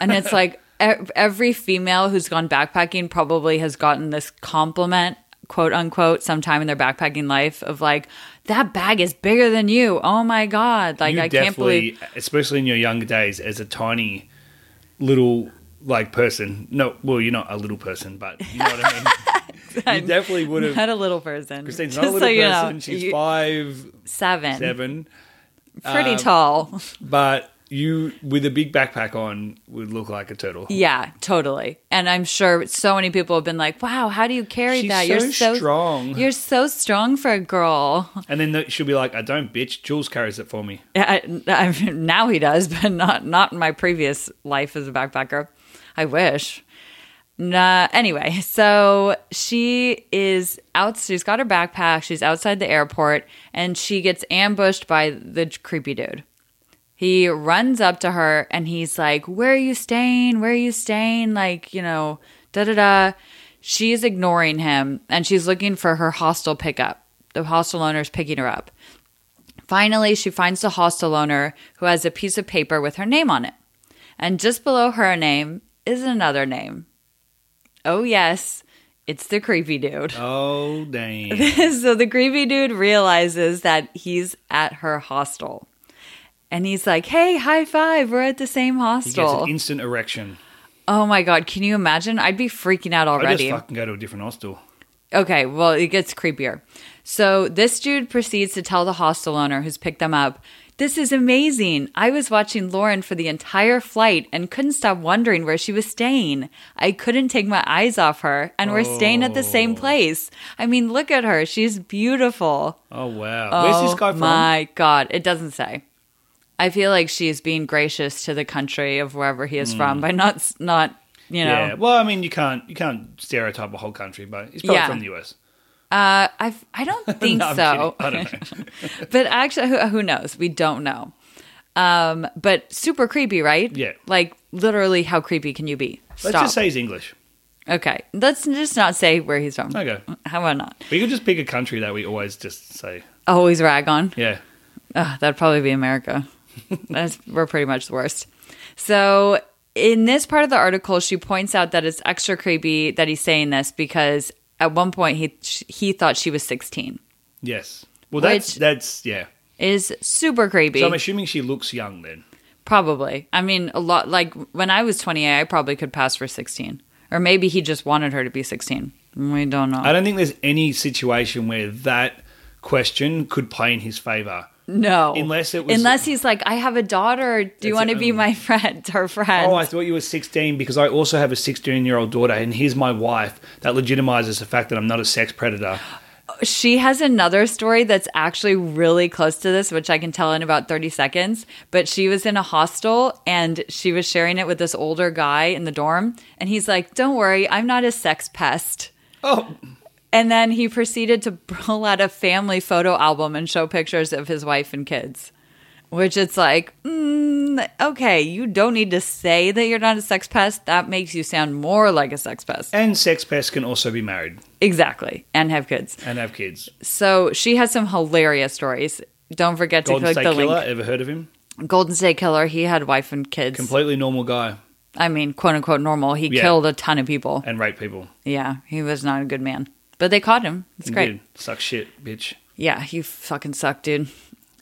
Speaker 1: And it's like, ev- Every female who's gone backpacking probably has gotten this compliment quote unquote sometime in their backpacking life of like that bag is bigger than you oh my god like
Speaker 2: you
Speaker 1: i can't
Speaker 2: definitely,
Speaker 1: believe
Speaker 2: especially in your younger days, as a tiny little like person. No, well, you're not a little person, but you know what I mean. you definitely would have.
Speaker 1: not a little person
Speaker 2: Christine's
Speaker 1: Just
Speaker 2: not a little
Speaker 1: so you know,
Speaker 2: person. She's
Speaker 1: you-
Speaker 2: five,
Speaker 1: seven,
Speaker 2: seven, Um,
Speaker 1: pretty tall
Speaker 2: but you with a big backpack on would look like a turtle.
Speaker 1: yeah totally and i'm sure so many people have been like wow how do you carry
Speaker 2: She's
Speaker 1: that you're
Speaker 2: so
Speaker 1: so
Speaker 2: strong.
Speaker 1: you're so strong for a girl
Speaker 2: And then the, she'll be like, "I don't, bitch. Jules carries it for me."
Speaker 1: I, I, now he does, but not not in my previous life as a backpacker. I wish. Nah. Anyway, so she is out. She's got her backpack. She's outside the airport, and she gets ambushed by the creepy dude. He runs up to her and he's like, "Where are you staying? Where are you staying?" Like, you know, da da da. She's ignoring him, and she's looking for her hostel pickup. The hostel owner's picking her up. Finally, she finds the hostel owner who has a piece of paper with her name on it. And just below her name is another name. Oh, yes, it's the creepy dude.
Speaker 2: Oh damn!
Speaker 1: so the creepy dude realizes that he's at her hostel. And he's like, hey, high five, we're at the same
Speaker 2: He gets
Speaker 1: hostel.
Speaker 2: an instant erection.
Speaker 1: oh my God, can you imagine? I'd be freaking out
Speaker 2: I
Speaker 1: already.
Speaker 2: just fucking go to a different hostel.
Speaker 1: Okay, well, it gets creepier. So this dude proceeds to tell the hostel owner who's picked them up, This is amazing. I was watching Lauren for the entire flight and couldn't stop wondering where she was staying. I couldn't take my eyes off her, and we're staying at the
Speaker 2: Oh.
Speaker 1: same place. I mean, look at her. She's beautiful.
Speaker 2: Oh wow! Where's
Speaker 1: Oh
Speaker 2: this guy from?
Speaker 1: My God, it doesn't say. I feel like she is being gracious to the country of wherever he is from by not, not, you know.
Speaker 2: Hmm. Yeah. Well, I mean, you can't you can't stereotype a whole country, but he's probably
Speaker 1: Yeah.
Speaker 2: from the US.
Speaker 1: Uh, I've, I don't think
Speaker 2: No, I'm
Speaker 1: so.
Speaker 2: kidding. I don't know.
Speaker 1: but actually, who, who knows? We don't know. Um, but super creepy, right?
Speaker 2: Yeah.
Speaker 1: Like literally, how creepy can you be? Stop.
Speaker 2: Let's just say he's English.
Speaker 1: okay. Let's just not say where he's from.
Speaker 2: Okay.
Speaker 1: How about not?
Speaker 2: We could just pick a country that we always just say.
Speaker 1: Always rag on.
Speaker 2: Yeah.
Speaker 1: Ugh, that'd probably be America. That's, we're pretty much the worst. So, in this part of the article, she points out that it's extra creepy that he's saying this because at one point he he thought she was 16.
Speaker 2: Yes. Well, that's
Speaker 1: Which-
Speaker 2: that's yeah.
Speaker 1: It is super creepy.
Speaker 2: So I'm assuming she looks young then.
Speaker 1: Probably. I mean, a lot. Like when I was 28, I probably could pass for 16. Or maybe he just wanted her to be 16. We don't know.
Speaker 2: I don't think there's any situation where that question could play in his favor.
Speaker 1: no.
Speaker 2: Unless it was-
Speaker 1: Unless he's like, I have a daughter. Do you
Speaker 2: That's
Speaker 1: want to
Speaker 2: it.
Speaker 1: be my friend? Her friend.
Speaker 2: Oh, I thought you were 16 because I also have a 16 year old daughter, and here's my wife. That legitimizes the fact that I'm not a sex predator.
Speaker 1: she has another story that's actually really close to this, which I can tell in about 30 seconds. But she was in a hostel and she was sharing it with this older guy in the dorm. And he's like, Don't worry, I'm not a sex pest.
Speaker 2: Oh,
Speaker 1: And then he proceeded to pull out a family photo album and show pictures of his wife and kids, which it's like, mm, okay, you don't need to say that you're not a sex pest. That makes you sound more like a sex pest.
Speaker 2: and sex pests can also be married
Speaker 1: Exactly. And have kids.
Speaker 2: and have kids.
Speaker 1: So she has some hilarious stories. Don't forget to
Speaker 2: Golden
Speaker 1: click
Speaker 2: State
Speaker 1: the
Speaker 2: Killer,
Speaker 1: link.
Speaker 2: ever heard of him?
Speaker 1: Golden State Killer, he had wife and kids.
Speaker 2: Completely normal guy
Speaker 1: I mean, quote unquote normal. He
Speaker 2: Yeah.
Speaker 1: killed a ton of people.
Speaker 2: and rape people.
Speaker 1: Yeah, he was not a good man. But they caught him. It's great.
Speaker 2: Dude, suck shit, bitch.
Speaker 1: Yeah, you fucking suck, dude.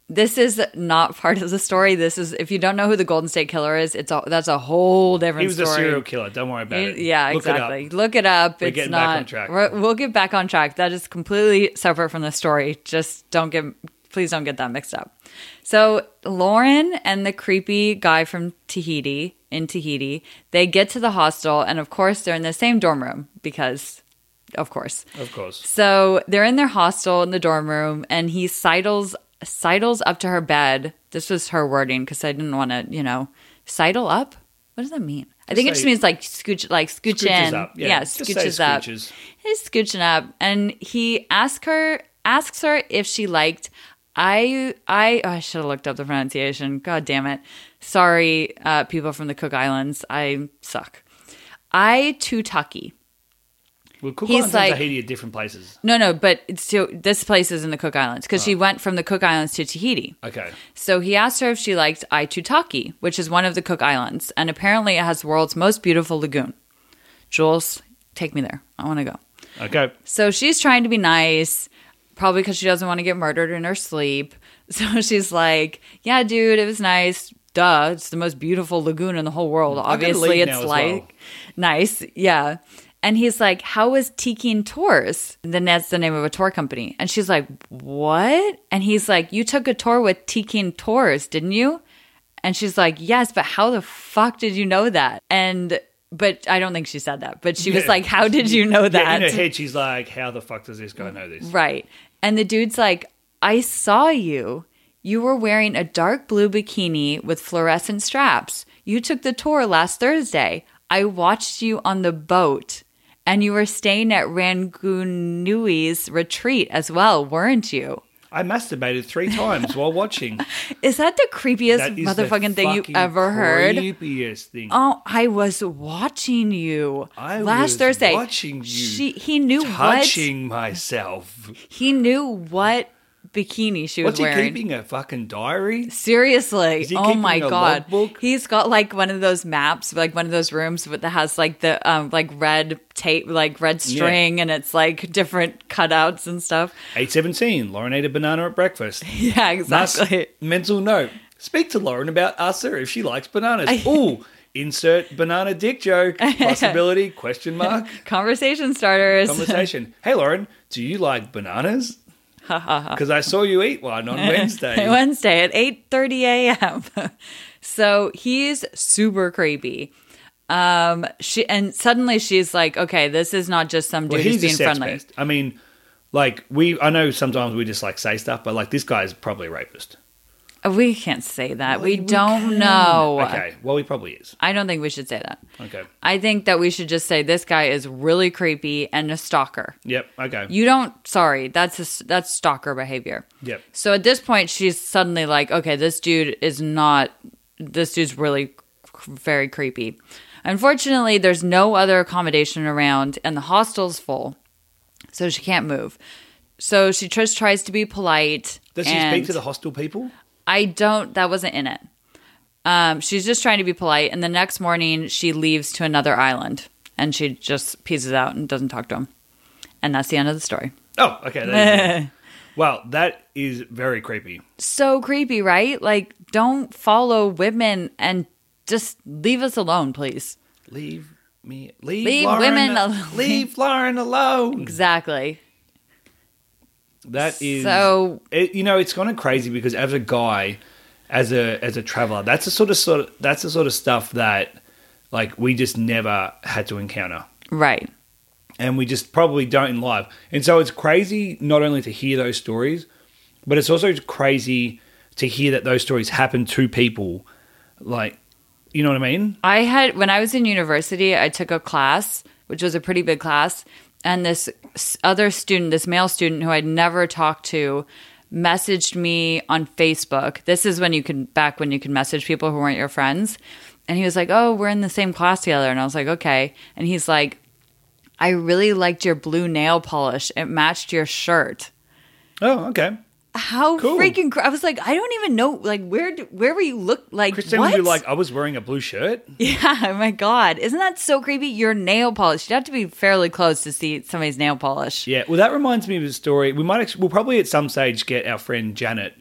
Speaker 1: This is not part of the story. This is if you don't know who the Golden State Killer is, it's a, that's a whole different
Speaker 2: He was
Speaker 1: story.
Speaker 2: a serial killer. Don't worry about
Speaker 1: You-
Speaker 2: it.
Speaker 1: Yeah,
Speaker 2: Look it up.
Speaker 1: exactly. Look it up.
Speaker 2: We're
Speaker 1: it's
Speaker 2: getting back
Speaker 1: not.
Speaker 2: on track.
Speaker 1: we're- We'll get back on track. That is completely separate from the story. Just don't get. Please don't get that mixed up. So Lauren and the creepy guy from Tahiti in Tahiti, they get to the hostel, and of course they're in the same dorm room because, of course.
Speaker 2: Of course.
Speaker 1: So they're in their hostel in the dorm room, and he sidles sidles up to her bed. This was her wording because I didn't want to, you know, sidle up. What does that mean? I think it
Speaker 2: Say-
Speaker 1: just means like scooch, like scooch
Speaker 2: Scooches
Speaker 1: in.
Speaker 2: up, yeah. Just say
Speaker 1: scooches up.
Speaker 2: scooches.
Speaker 1: He's scooching up, and he asks her asks her if she liked. I I oh, I should have looked up the pronunciation. God damn it! Sorry, uh, people from the Cook Islands. I suck. I Tutaki.
Speaker 2: Well, Cook
Speaker 1: He's
Speaker 2: Islands
Speaker 1: like-
Speaker 2: and Tahiti are different places.
Speaker 1: No, no, but it's- so this place is in the Cook Islands because she went from the Cook Islands to Tahiti.
Speaker 2: Okay.
Speaker 1: So he asked her if she liked Aitutaki, which is one of the Cook Islands, and apparently it has the world's most beautiful lagoon. Jules, take me there. I want to go.
Speaker 2: Okay.
Speaker 1: So she's trying to be nice, probably because she doesn't want to get murdered in her sleep. So she's like, "Yeah, dude, it was nice. Duh, it's the most beautiful lagoon in the whole world.
Speaker 2: get a
Speaker 1: Obviously,
Speaker 2: lead
Speaker 1: it's
Speaker 2: now as
Speaker 1: like nice, yeah." And he's like, "How is Tikin Tours?" And then that's the name of a tour company. And she's like, "What?" And he's like, "You took a tour with Tikin Tours, didn't you?" And she's like, "Yes, but how the fuck did you know that?" And but I don't think she said that. But she was
Speaker 2: Yeah.
Speaker 1: like, "How did you know that?"
Speaker 2: Yeah, in her head, she's like, how the fuck does this guy know this?
Speaker 1: Right. And the dude's like, I saw you. You were wearing a dark blue bikini with fluorescent straps. You took the tour last Thursday. I watched you on the boat. And you were staying at Rangoon Nui's retreat as well, weren't you?
Speaker 2: I masturbated three times while watching.
Speaker 1: Is that the creepiest
Speaker 2: That is the
Speaker 1: motherfucking thing you
Speaker 2: fucking
Speaker 1: ever heard?
Speaker 2: Creepiest thing.
Speaker 1: Oh, I was watching you
Speaker 2: I
Speaker 1: last
Speaker 2: was
Speaker 1: Thursday.
Speaker 2: watching you
Speaker 1: She, he knew
Speaker 2: Touching myself.
Speaker 1: what he knew what bikini she was
Speaker 2: What's he
Speaker 1: wearing.
Speaker 2: keeping a fucking diary?
Speaker 1: Seriously.
Speaker 2: he
Speaker 1: oh
Speaker 2: keeping
Speaker 1: my
Speaker 2: a
Speaker 1: god.
Speaker 2: logbook?
Speaker 1: He's got like one of those maps, like one of those rooms with- that has like the um like red tape, like red string and it's like different cutouts and stuff.
Speaker 2: Eight seventeen. Lauren ate a banana at breakfast.
Speaker 1: Yeah,
Speaker 2: Nice
Speaker 1: exactly.
Speaker 2: mental note. Speak to Lauren about Usher if she likes bananas. Ooh, insert banana dick joke. Possibility? Question mark?
Speaker 1: Conversation starters.
Speaker 2: Conversation. Hey Lauren, do you like bananas? Because I saw you eat one on Wednesday.
Speaker 1: Wednesday at 8:30 a.m. so he's super creepy. Um she and suddenly she's like, "Okay, this is not just some dude
Speaker 2: Well,
Speaker 1: who's
Speaker 2: he's a
Speaker 1: being
Speaker 2: sex
Speaker 1: friendly."
Speaker 2: pest. I mean, like we. I know sometimes we just like say stuff, but like this guy's probably a rapist.
Speaker 1: We can't say that. we don't know.
Speaker 2: Okay. Well, he probably is.
Speaker 1: I don't think we should say that.
Speaker 2: Okay.
Speaker 1: I think that we should just say this guy is really creepy and a stalker.
Speaker 2: Yep. Okay.
Speaker 1: You don't. Sorry, that's a, that's stalker behavior.
Speaker 2: Yep.
Speaker 1: So at this point, she's suddenly like, okay, this dude is not. This dude's really c- very creepy. Unfortunately, there's no other accommodation around, and the hostel's full, so she can't move. So she just tries to be polite.
Speaker 2: Does he
Speaker 1: and-
Speaker 2: speak to the hostel people?
Speaker 1: I don't. That wasn't in it. Um, she's just trying to be polite. And the next morning, she leaves to another island, and she just pieces out and doesn't talk to him. And that's the end of the story.
Speaker 2: Oh, okay. There you go. Well, that is very creepy.
Speaker 1: So creepy, right? Like, don't follow women and just leave us alone, please.
Speaker 2: Leave me. Leave,
Speaker 1: Leave
Speaker 2: Lauren
Speaker 1: women
Speaker 2: al-
Speaker 1: alone.
Speaker 2: Leave Lauren alone.
Speaker 1: Exactly.
Speaker 2: That is
Speaker 1: So-
Speaker 2: It, you know, it's kind of crazy because as a guy, as a as a traveler, that's the sort of sort of, that's the sort of stuff that like we just never had to encounter.
Speaker 1: Right.
Speaker 2: and we just probably don't in live. And so it's crazy not only to hear those stories, but it's also crazy to hear that those stories happen to people. Like, you know what I mean?
Speaker 1: I had when I was in university, I took a class which was a pretty big class, and this s- other student, this male student who I'd never talked to, messaged me on Facebook. This is when you can back when you can message people who weren't your friends, and he was like, "Oh, we're in the same class together," and I was like, "Okay," and he's like. I really liked your blue nail polish. It matched your shirt.
Speaker 2: Oh, okay.
Speaker 1: How
Speaker 2: Cool.
Speaker 1: freaking! Cr- I was like, I don't even know. Like, where? d- Where were you? Look like
Speaker 2: Christine
Speaker 1: what?
Speaker 2: would be like, I was wearing a blue shirt.
Speaker 1: Yeah, oh my God. Isn't that so creepy? Your nail polish. You'd have to be fairly close to see somebody's nail polish.
Speaker 2: Yeah. Well, that reminds me of a story. We might, ex- we'll probably at some stage get our friend Janet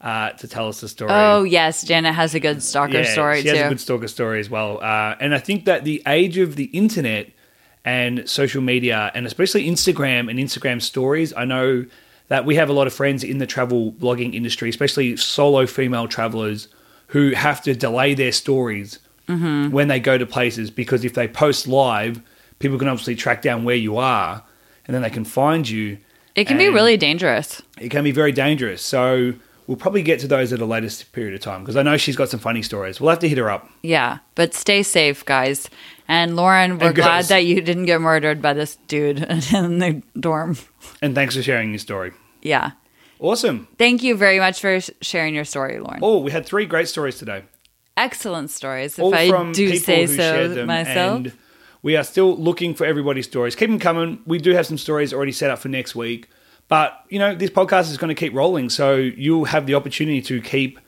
Speaker 2: uh, to tell us the story.
Speaker 1: Oh, yes. Janet has a good stalker story,
Speaker 2: she has a
Speaker 1: too.
Speaker 2: good stalker story as well. Uh, and I think that the age of the internet and social media, and especially Instagram and Instagram stories, I know that we have a lot of friends in the travel blogging industry, especially solo female travelers who have to delay their stories
Speaker 1: Mm-hmm.
Speaker 2: when they go to places because if they post live, people can obviously track down where you are and then they can find you
Speaker 1: it can be
Speaker 2: and-
Speaker 1: really dangerous.
Speaker 2: it can be very dangerous. So we'll probably get to those at a later period of time because I know she's got some funny stories. We'll have to hit her up.
Speaker 1: Yeah. But stay safe, guys. And Lauren, we're
Speaker 2: And
Speaker 1: glad
Speaker 2: girls.
Speaker 1: that you didn't get murdered by this dude in the dorm.
Speaker 2: And thanks for sharing your story.
Speaker 1: Yeah.
Speaker 2: Awesome.
Speaker 1: Thank you very much for sh- sharing your story, Lauren.
Speaker 2: Oh, we had three great stories today.
Speaker 1: Excellent stories,
Speaker 2: All
Speaker 1: if I
Speaker 2: Oh, from
Speaker 1: do
Speaker 2: people
Speaker 1: say
Speaker 2: who shared
Speaker 1: so
Speaker 2: them.
Speaker 1: myself.
Speaker 2: And we are still looking for everybody's stories. Keep them coming. We do have some stories already set up for next week. But, you know, this podcast is going to keep rolling. So you'll have the opportunity to keep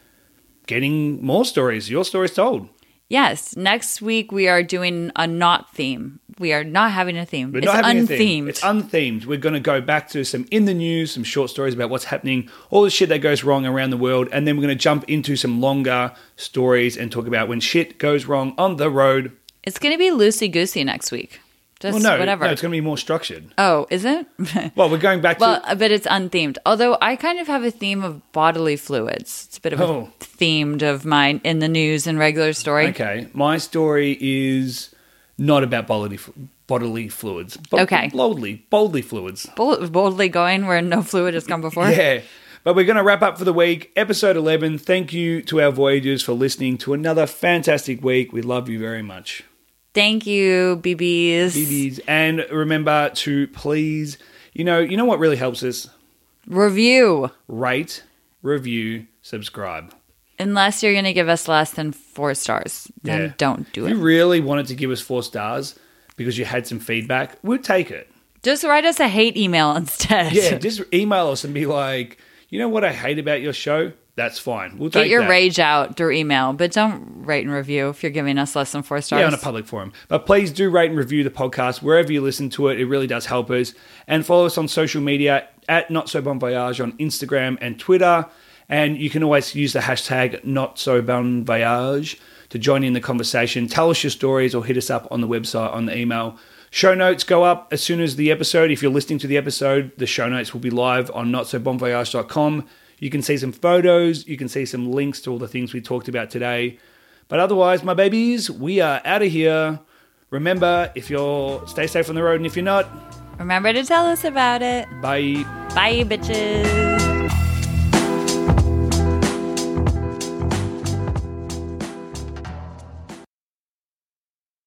Speaker 2: getting more stories, your stories told.
Speaker 1: Yes, next week we are doing a not theme. We are not having a theme.
Speaker 2: We're
Speaker 1: it's
Speaker 2: not having
Speaker 1: unthemed.
Speaker 2: a theme. It's unthemed. We're going to go back to some in the news, some short stories about what's happening, all the shit that goes wrong around the world, and then we're going to jump into some longer stories and talk about when shit goes wrong on the road.
Speaker 1: It's going to be loosey goosey next week. Just
Speaker 2: Well, no,
Speaker 1: whatever.
Speaker 2: no, it's going to be more structured.
Speaker 1: oh, is it?
Speaker 2: Well, we're going back
Speaker 1: well, uh,
Speaker 2: to
Speaker 1: but it's unthemed. Although I kind of have a theme of bodily fluids. It's a bit of
Speaker 2: Oh.
Speaker 1: a themed of mine in the news and regular story.
Speaker 2: okay. My story is not about bodily bodily fluids. Bo-
Speaker 1: Okay.
Speaker 2: boldly, boldly fluids.
Speaker 1: Bold, boldly going where no fluid has come before.
Speaker 2: Yeah. But we're going to wrap up for the week, episode 11. Thank you to our Voyagers for listening to another fantastic week. We love you very much.
Speaker 1: Thank you, BBs.
Speaker 2: BBs. And remember to please, you know, you know what really helps us?
Speaker 1: Review.
Speaker 2: Rate, review, subscribe.
Speaker 1: Unless you're going to give us less than four stars, then
Speaker 2: Yeah.
Speaker 1: don't do
Speaker 2: If
Speaker 1: it.
Speaker 2: you really wanted to give us four stars because you had some feedback, we'd take it.
Speaker 1: Just write us a hate email instead.
Speaker 2: Yeah, just email us and be like, you know what I hate about your show? That's fine. We'll
Speaker 1: Get
Speaker 2: take
Speaker 1: your
Speaker 2: that.
Speaker 1: rage out through email, but don't rate and review if you're giving us less than four stars.
Speaker 2: Yeah, on a public forum. But please do rate and review the podcast wherever you listen to it. It really does help us. And follow us on social media at Not So Bon Voyage on Instagram and Twitter. And you can always use the hashtag Not So Bon Voyage to join in the conversation. Tell us your stories or hit us up on the website on the email. Show notes go up as soon as the episode. If you're listening to the episode, the show notes will be live on notsobonvoyage.com. You can see some photos. You can see some links to all the things we talked about today. But otherwise, my babies, we are out of here. Remember, if you're stay safe on the road, and if you're not,
Speaker 1: Remember to tell us about it.
Speaker 2: bye.
Speaker 1: Bye, bitches.